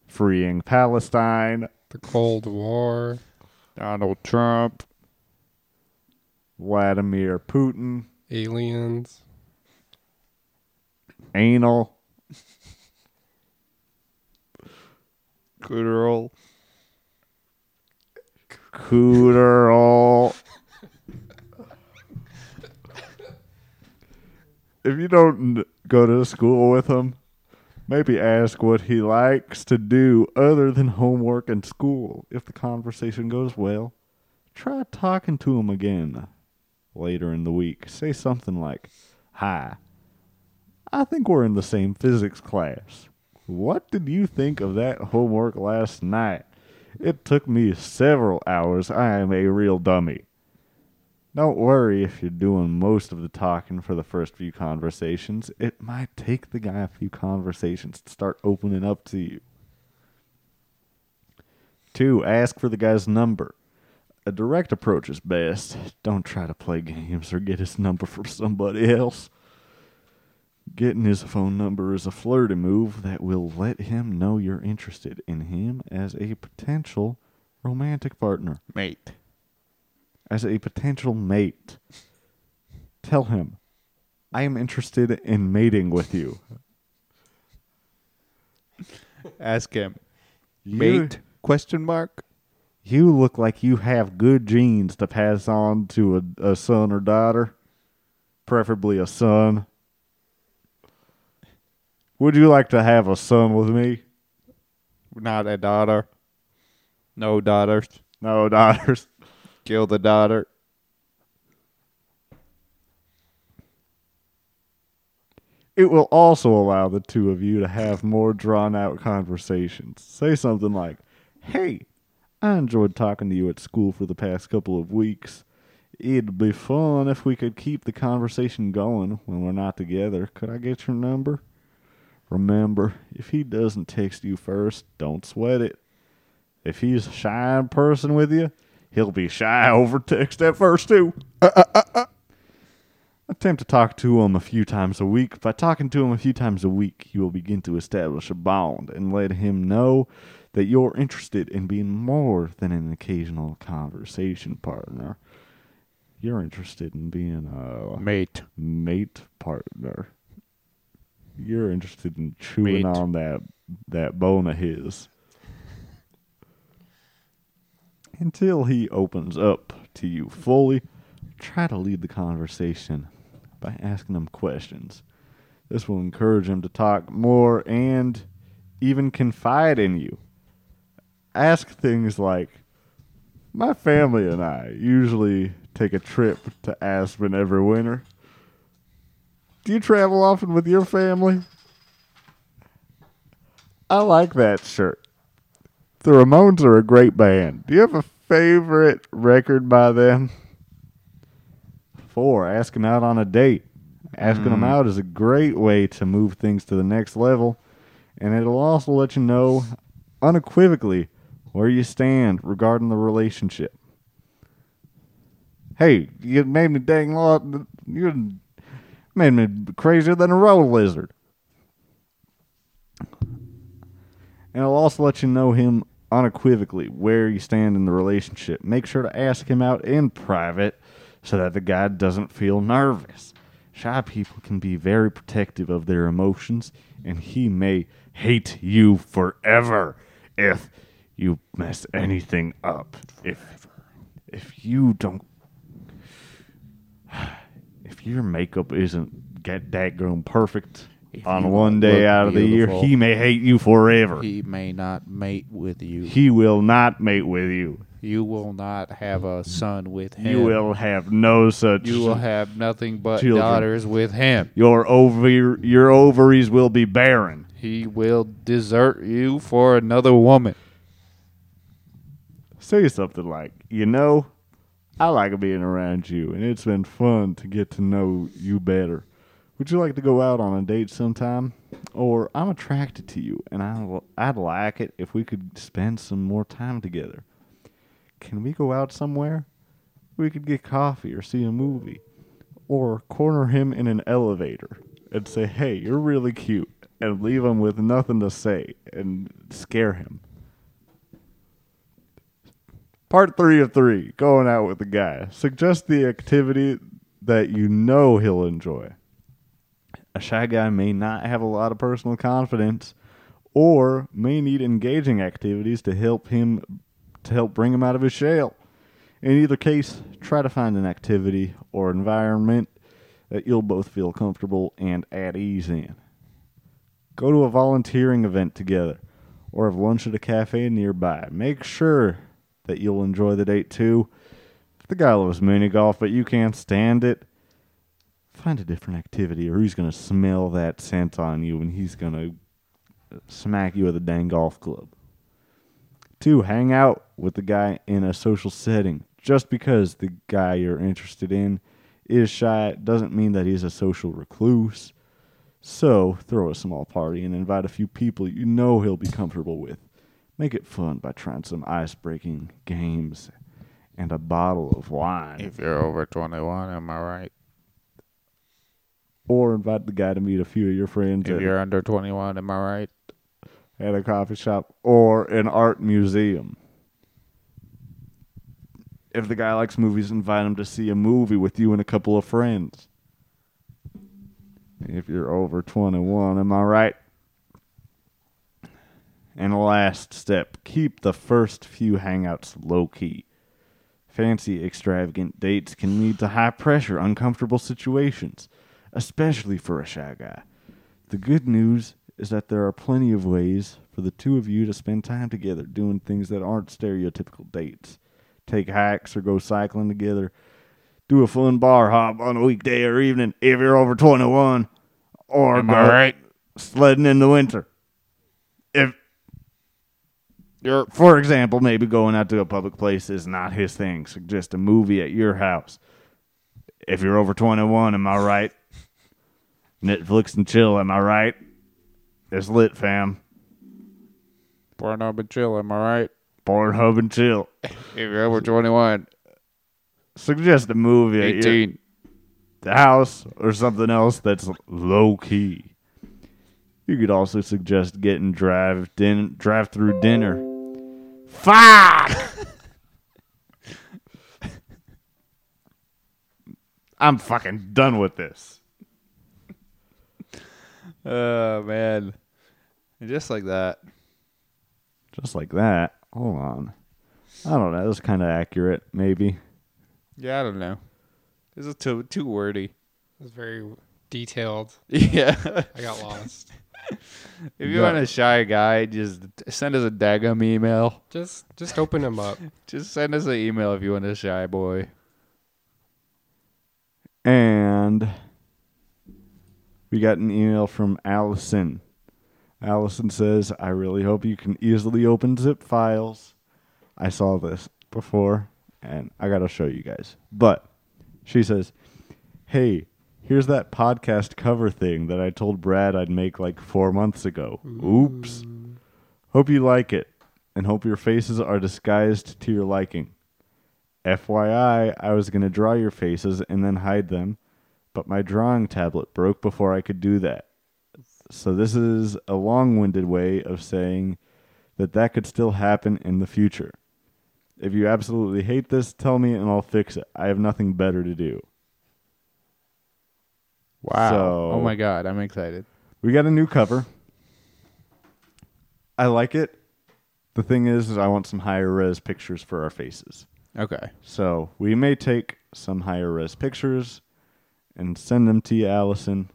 S1: freeing Palestine,
S4: The Cold War.
S3: Donald Trump.
S1: Vladimir Putin,
S4: Aliens.
S1: anal,
S3: Cooteral.
S1: cooteral. if you don't n- go to school with him, maybe ask what he likes to do other than homework and school. If the conversation goes well, try talking to him again later in the week. Say something like, Hi, I think we're in the same physics class. What did you think of that homework last night? It took me several hours. I am a real dummy. Don't worry if you're doing most of the talking for the first few conversations. It might take the guy a few conversations to start opening up to you. Two, ask for the guy's number. A direct approach is best. Don't try to play games or get his number from somebody else. Getting his phone number is a flirty move that will let him know you're interested in him as a potential romantic partner,
S3: Mate.
S1: as a potential mate. Tell him, I am interested in mating with you.
S3: Ask him.
S1: You-
S3: Mate? Question mark.
S1: You look like you have good genes to pass on to a, a son or daughter, preferably a son. Would you like to have a son with me?
S3: Not a daughter. No daughters.
S1: No, daughters.
S3: Kill the daughter.
S1: It will also allow the two of you to have more drawn out conversations. Say something like, Hey, I enjoyed talking to you at school for the past couple of weeks. It'd be fun if we could keep the conversation going when we're not together. Could I get your number? Remember, if he doesn't text you first, don't sweat it. If he's a shy in person with you, he'll be shy over text at first, too. Attempt to talk to him a few times a week. By talking to him a few times a week, you will begin to establish a bond and let him know that you're interested in being more than an occasional conversation partner. You're interested in being uh, a
S3: Mate.
S1: mate partner. You're interested in chewing
S3: Mate.
S1: on that that bone of his until he opens up to you fully. Try to lead the conversation by asking him questions. This will encourage him to talk more and even confide in you. Ask things like, "My family and I usually take a trip to Aspen every winter." Do you travel often with your family? I like that shirt. The Ramones are a great band. Do you have a favorite record by them? Four, ask him out on a date. Asking them out is a great way to move things to the next level, and it'll also let you know unequivocally where you stand regarding the relationship. Hey, you made me dang lot. You made me crazier than a road lizard. And it'll also let you know him unequivocally where you stand in the relationship. Make sure to ask him out in private so that the guy doesn't feel nervous. Shy people can be very protective of their emotions, and he may hate you forever if you mess anything up. If if you don't if your makeup isn't get that grown perfect on one day
S3: look
S1: out of the year,
S3: beautiful.
S1: he may hate you forever.
S3: He may not mate with you.
S1: He will not mate with you.
S3: You will not have a son with him.
S1: You will have no such.
S3: You will have nothing but
S1: Children.
S3: daughters with him.
S1: your over your ovaries will be barren.
S3: He will desert you for another woman.
S1: Say something like, you know, I like being around you, and it's been fun to get to know you better. Would you like to go out on a date sometime? Or I'm attracted to you, and I l- I'd like it if we could spend some more time together. Can we go out somewhere? We could get coffee or see a movie, or corner him in an elevator and say, "Hey, you're really cute," and leave him with nothing to say and scare him. Part three of three going out with the guy. Suggest the activity that you know he'll enjoy. A shy guy may not have a lot of personal confidence or may need engaging activities to help him to help bring him out of his shell. In either case, try to find an activity or environment that you'll both feel comfortable and at ease in. Go to a volunteering event together or have lunch at a cafe nearby. Make sure that you'll enjoy the date too. If the guy loves mini golf, but you can't stand it, find a different activity or he's going to smell that scent on you and he's going to smack you with a dang golf club. Two, hang out with the guy in a social setting. just because the guy you're interested in is shy doesn't mean that he's a social recluse. So throw a small party and invite a few people you know he'll be comfortable with. Make it fun by trying some ice breaking games and a bottle of wine.
S3: If you're over 21, am I right?
S1: or invite the guy to meet a few of your friends
S3: If
S1: at,
S3: you're under 21, am I right?
S1: at a coffee shop or an art museum. If the guy likes movies, invite him to see a movie with you and a couple of friends. If you're over 21, am I right? And last step keep the first few hangouts low key. Fancy, extravagant dates can lead to high pressure, uncomfortable situations, especially for a shy guy. The good news is that there are plenty of ways for the two of you to spend time together doing things that aren't stereotypical dates. Take hikes or go cycling together. Do a fun bar hop on a weekday or evening if you're over 21. Or
S3: Am
S1: go
S3: I right?
S1: sledding in the winter. If
S3: You're
S1: for example, maybe going out to a public place is not his thing. Suggest a movie at your house. If you're over 21, am I right? Netflix and chill, am I right? It's lit, fam.
S3: porno but chill, am I right?
S1: Pornhub and chill.
S3: If you're over 21,
S1: Suggest a movie at your
S3: 18,
S1: the house or something else that's low key. You could also suggest getting drive din- drive through dinner. Fuck. I'm fucking done with this.
S3: Oh man. And Just like that.
S1: Just like that. Hold on. I don't know. That was kind of accurate, maybe.
S3: Yeah, I don't know. This is too too wordy.
S4: It's very detailed.
S3: Yeah.
S4: I got lost.
S3: if you want a shy guy, just send us a Dagum email.
S4: just just open them up.
S3: Just send us an email if you want a shy boy.
S1: And we got an email from Allison. Allison says, I really hope you can easily open zip files. I saw this before and I got to show you guys. But she says, Hey, here's that podcast cover thing that I told Brad I'd make like four months ago. Oops. Hope you like it and hope your faces are disguised to your liking. FYI, I was going to draw your faces and then hide them, but my drawing tablet broke before I could do that. So, this is a long winded way of saying that that could still happen in the future. If you absolutely hate this, tell me and I'll fix it. I have nothing better to do.
S3: Wow.
S1: So-
S3: oh my god, I'm excited.
S1: We got a new cover. I like it. The thing is, is I want some higher res pictures for our faces.
S3: Okay.
S1: So we may take some higher res pictures and send them to you, Allison.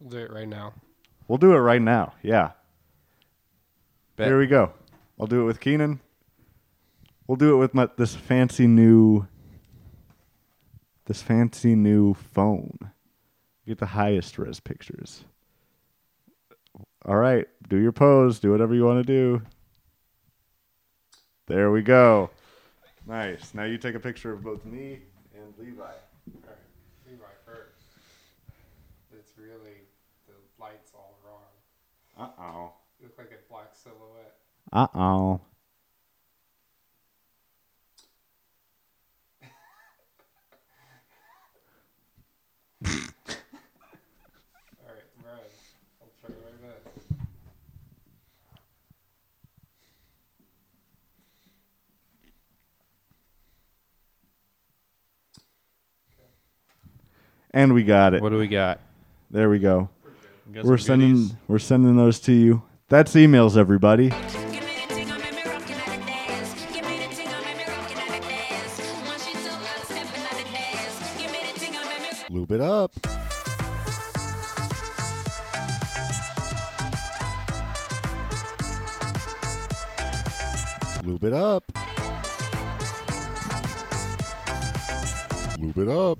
S4: We'll do it right now.
S1: We'll do it right now. Yeah.
S3: Bet.
S1: Here we go. I'll do it with Keenan. We'll do it with my, this fancy new this fancy new phone. Get the highest res pictures. All right, do your pose, do whatever you want to do. There we go. Nice. Now you take a picture of both me and Levi.
S4: Levi first. It's really the lights all wrong.
S1: Uh-oh.
S4: You look like a black silhouette.
S1: Uh-oh.
S4: All right, Brad. I'll try my best.
S1: And we got it.
S3: What do we got?
S1: There we go. We're sending we're sending those to you. That's emails, everybody.
S9: Give me the thing, I'll make me rock it like a dance. Give me the thing, I'll make me rock it like a dance. Once she took a step, it's like a dance. Give me the thing, I'll make me
S2: Lube it up. Lube it up. Lube it up.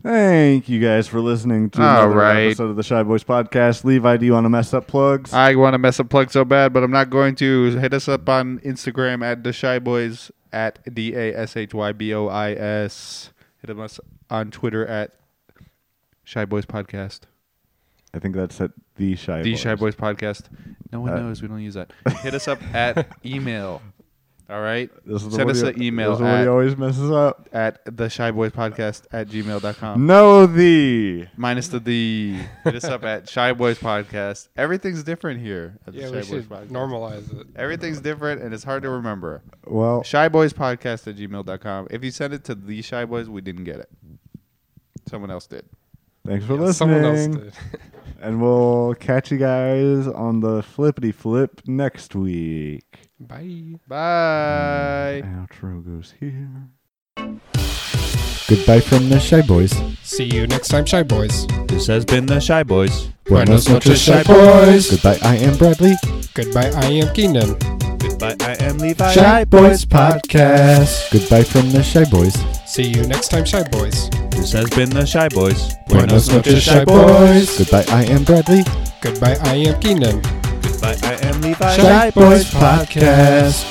S1: Thank you guys for listening to
S3: All
S1: another
S3: right.
S1: episode of the Shy Boys Podcast. Levi, do you want to mess up plugs?
S3: I want to mess up plug so bad, but I'm not going to. Hit us up on Instagram at the Shy Boys at D A S H Y B O I S. Hit us on Twitter at Shy Boys Podcast.
S1: I think that's at the Shy
S3: The
S1: Boys.
S3: Shy Boys Podcast. No one
S1: Uh,
S3: knows. We don't use that. Hit us up at email. All right.
S1: This is the
S3: Send
S1: one
S3: us
S1: he-
S3: an email
S1: This is the one he
S3: at-
S1: always messes up.
S3: At the Shy Boys Podcast at gmail.com.
S1: No, the.
S3: Minus the the. Hit us up at Shy Boys Podcast. Everything's different here at the
S4: Yeah,
S3: Shy
S4: we
S3: Boys
S4: should
S3: Podcast.
S4: normalize it.
S3: Everything's different and it's hard to remember.
S1: Well,
S3: shyboyspodcast at gmail.com. If you send it to the shy boys, we didn't get it. Someone else did.
S1: thanks for
S4: Yeah,
S1: listening.
S4: someone else did.
S1: And we'll catch you guys on the flippity flip next week.
S4: Bye.
S3: Bye.
S1: Outro goes here.
S2: Goodbye from the Shy Boys.
S4: See you next time, Shy Boys.
S10: This has been the Shy Boys.
S4: Buenos noches, Shy Boys.
S2: Goodbye, I am Bradley.
S4: Goodbye, I am Kingdom.
S10: Goodbye. I am Levi.
S2: Podcast. Goodbye from the Shy Boys.
S4: See you next time, Shy Boys.
S10: This has been the Shy Boys.
S4: Buenos noches, Shy Boys.
S2: Goodbye, I am Bradley.
S4: Goodbye, I am Kingdom.
S10: Goodbye. I am Levi.
S2: Shy Boys Podcast.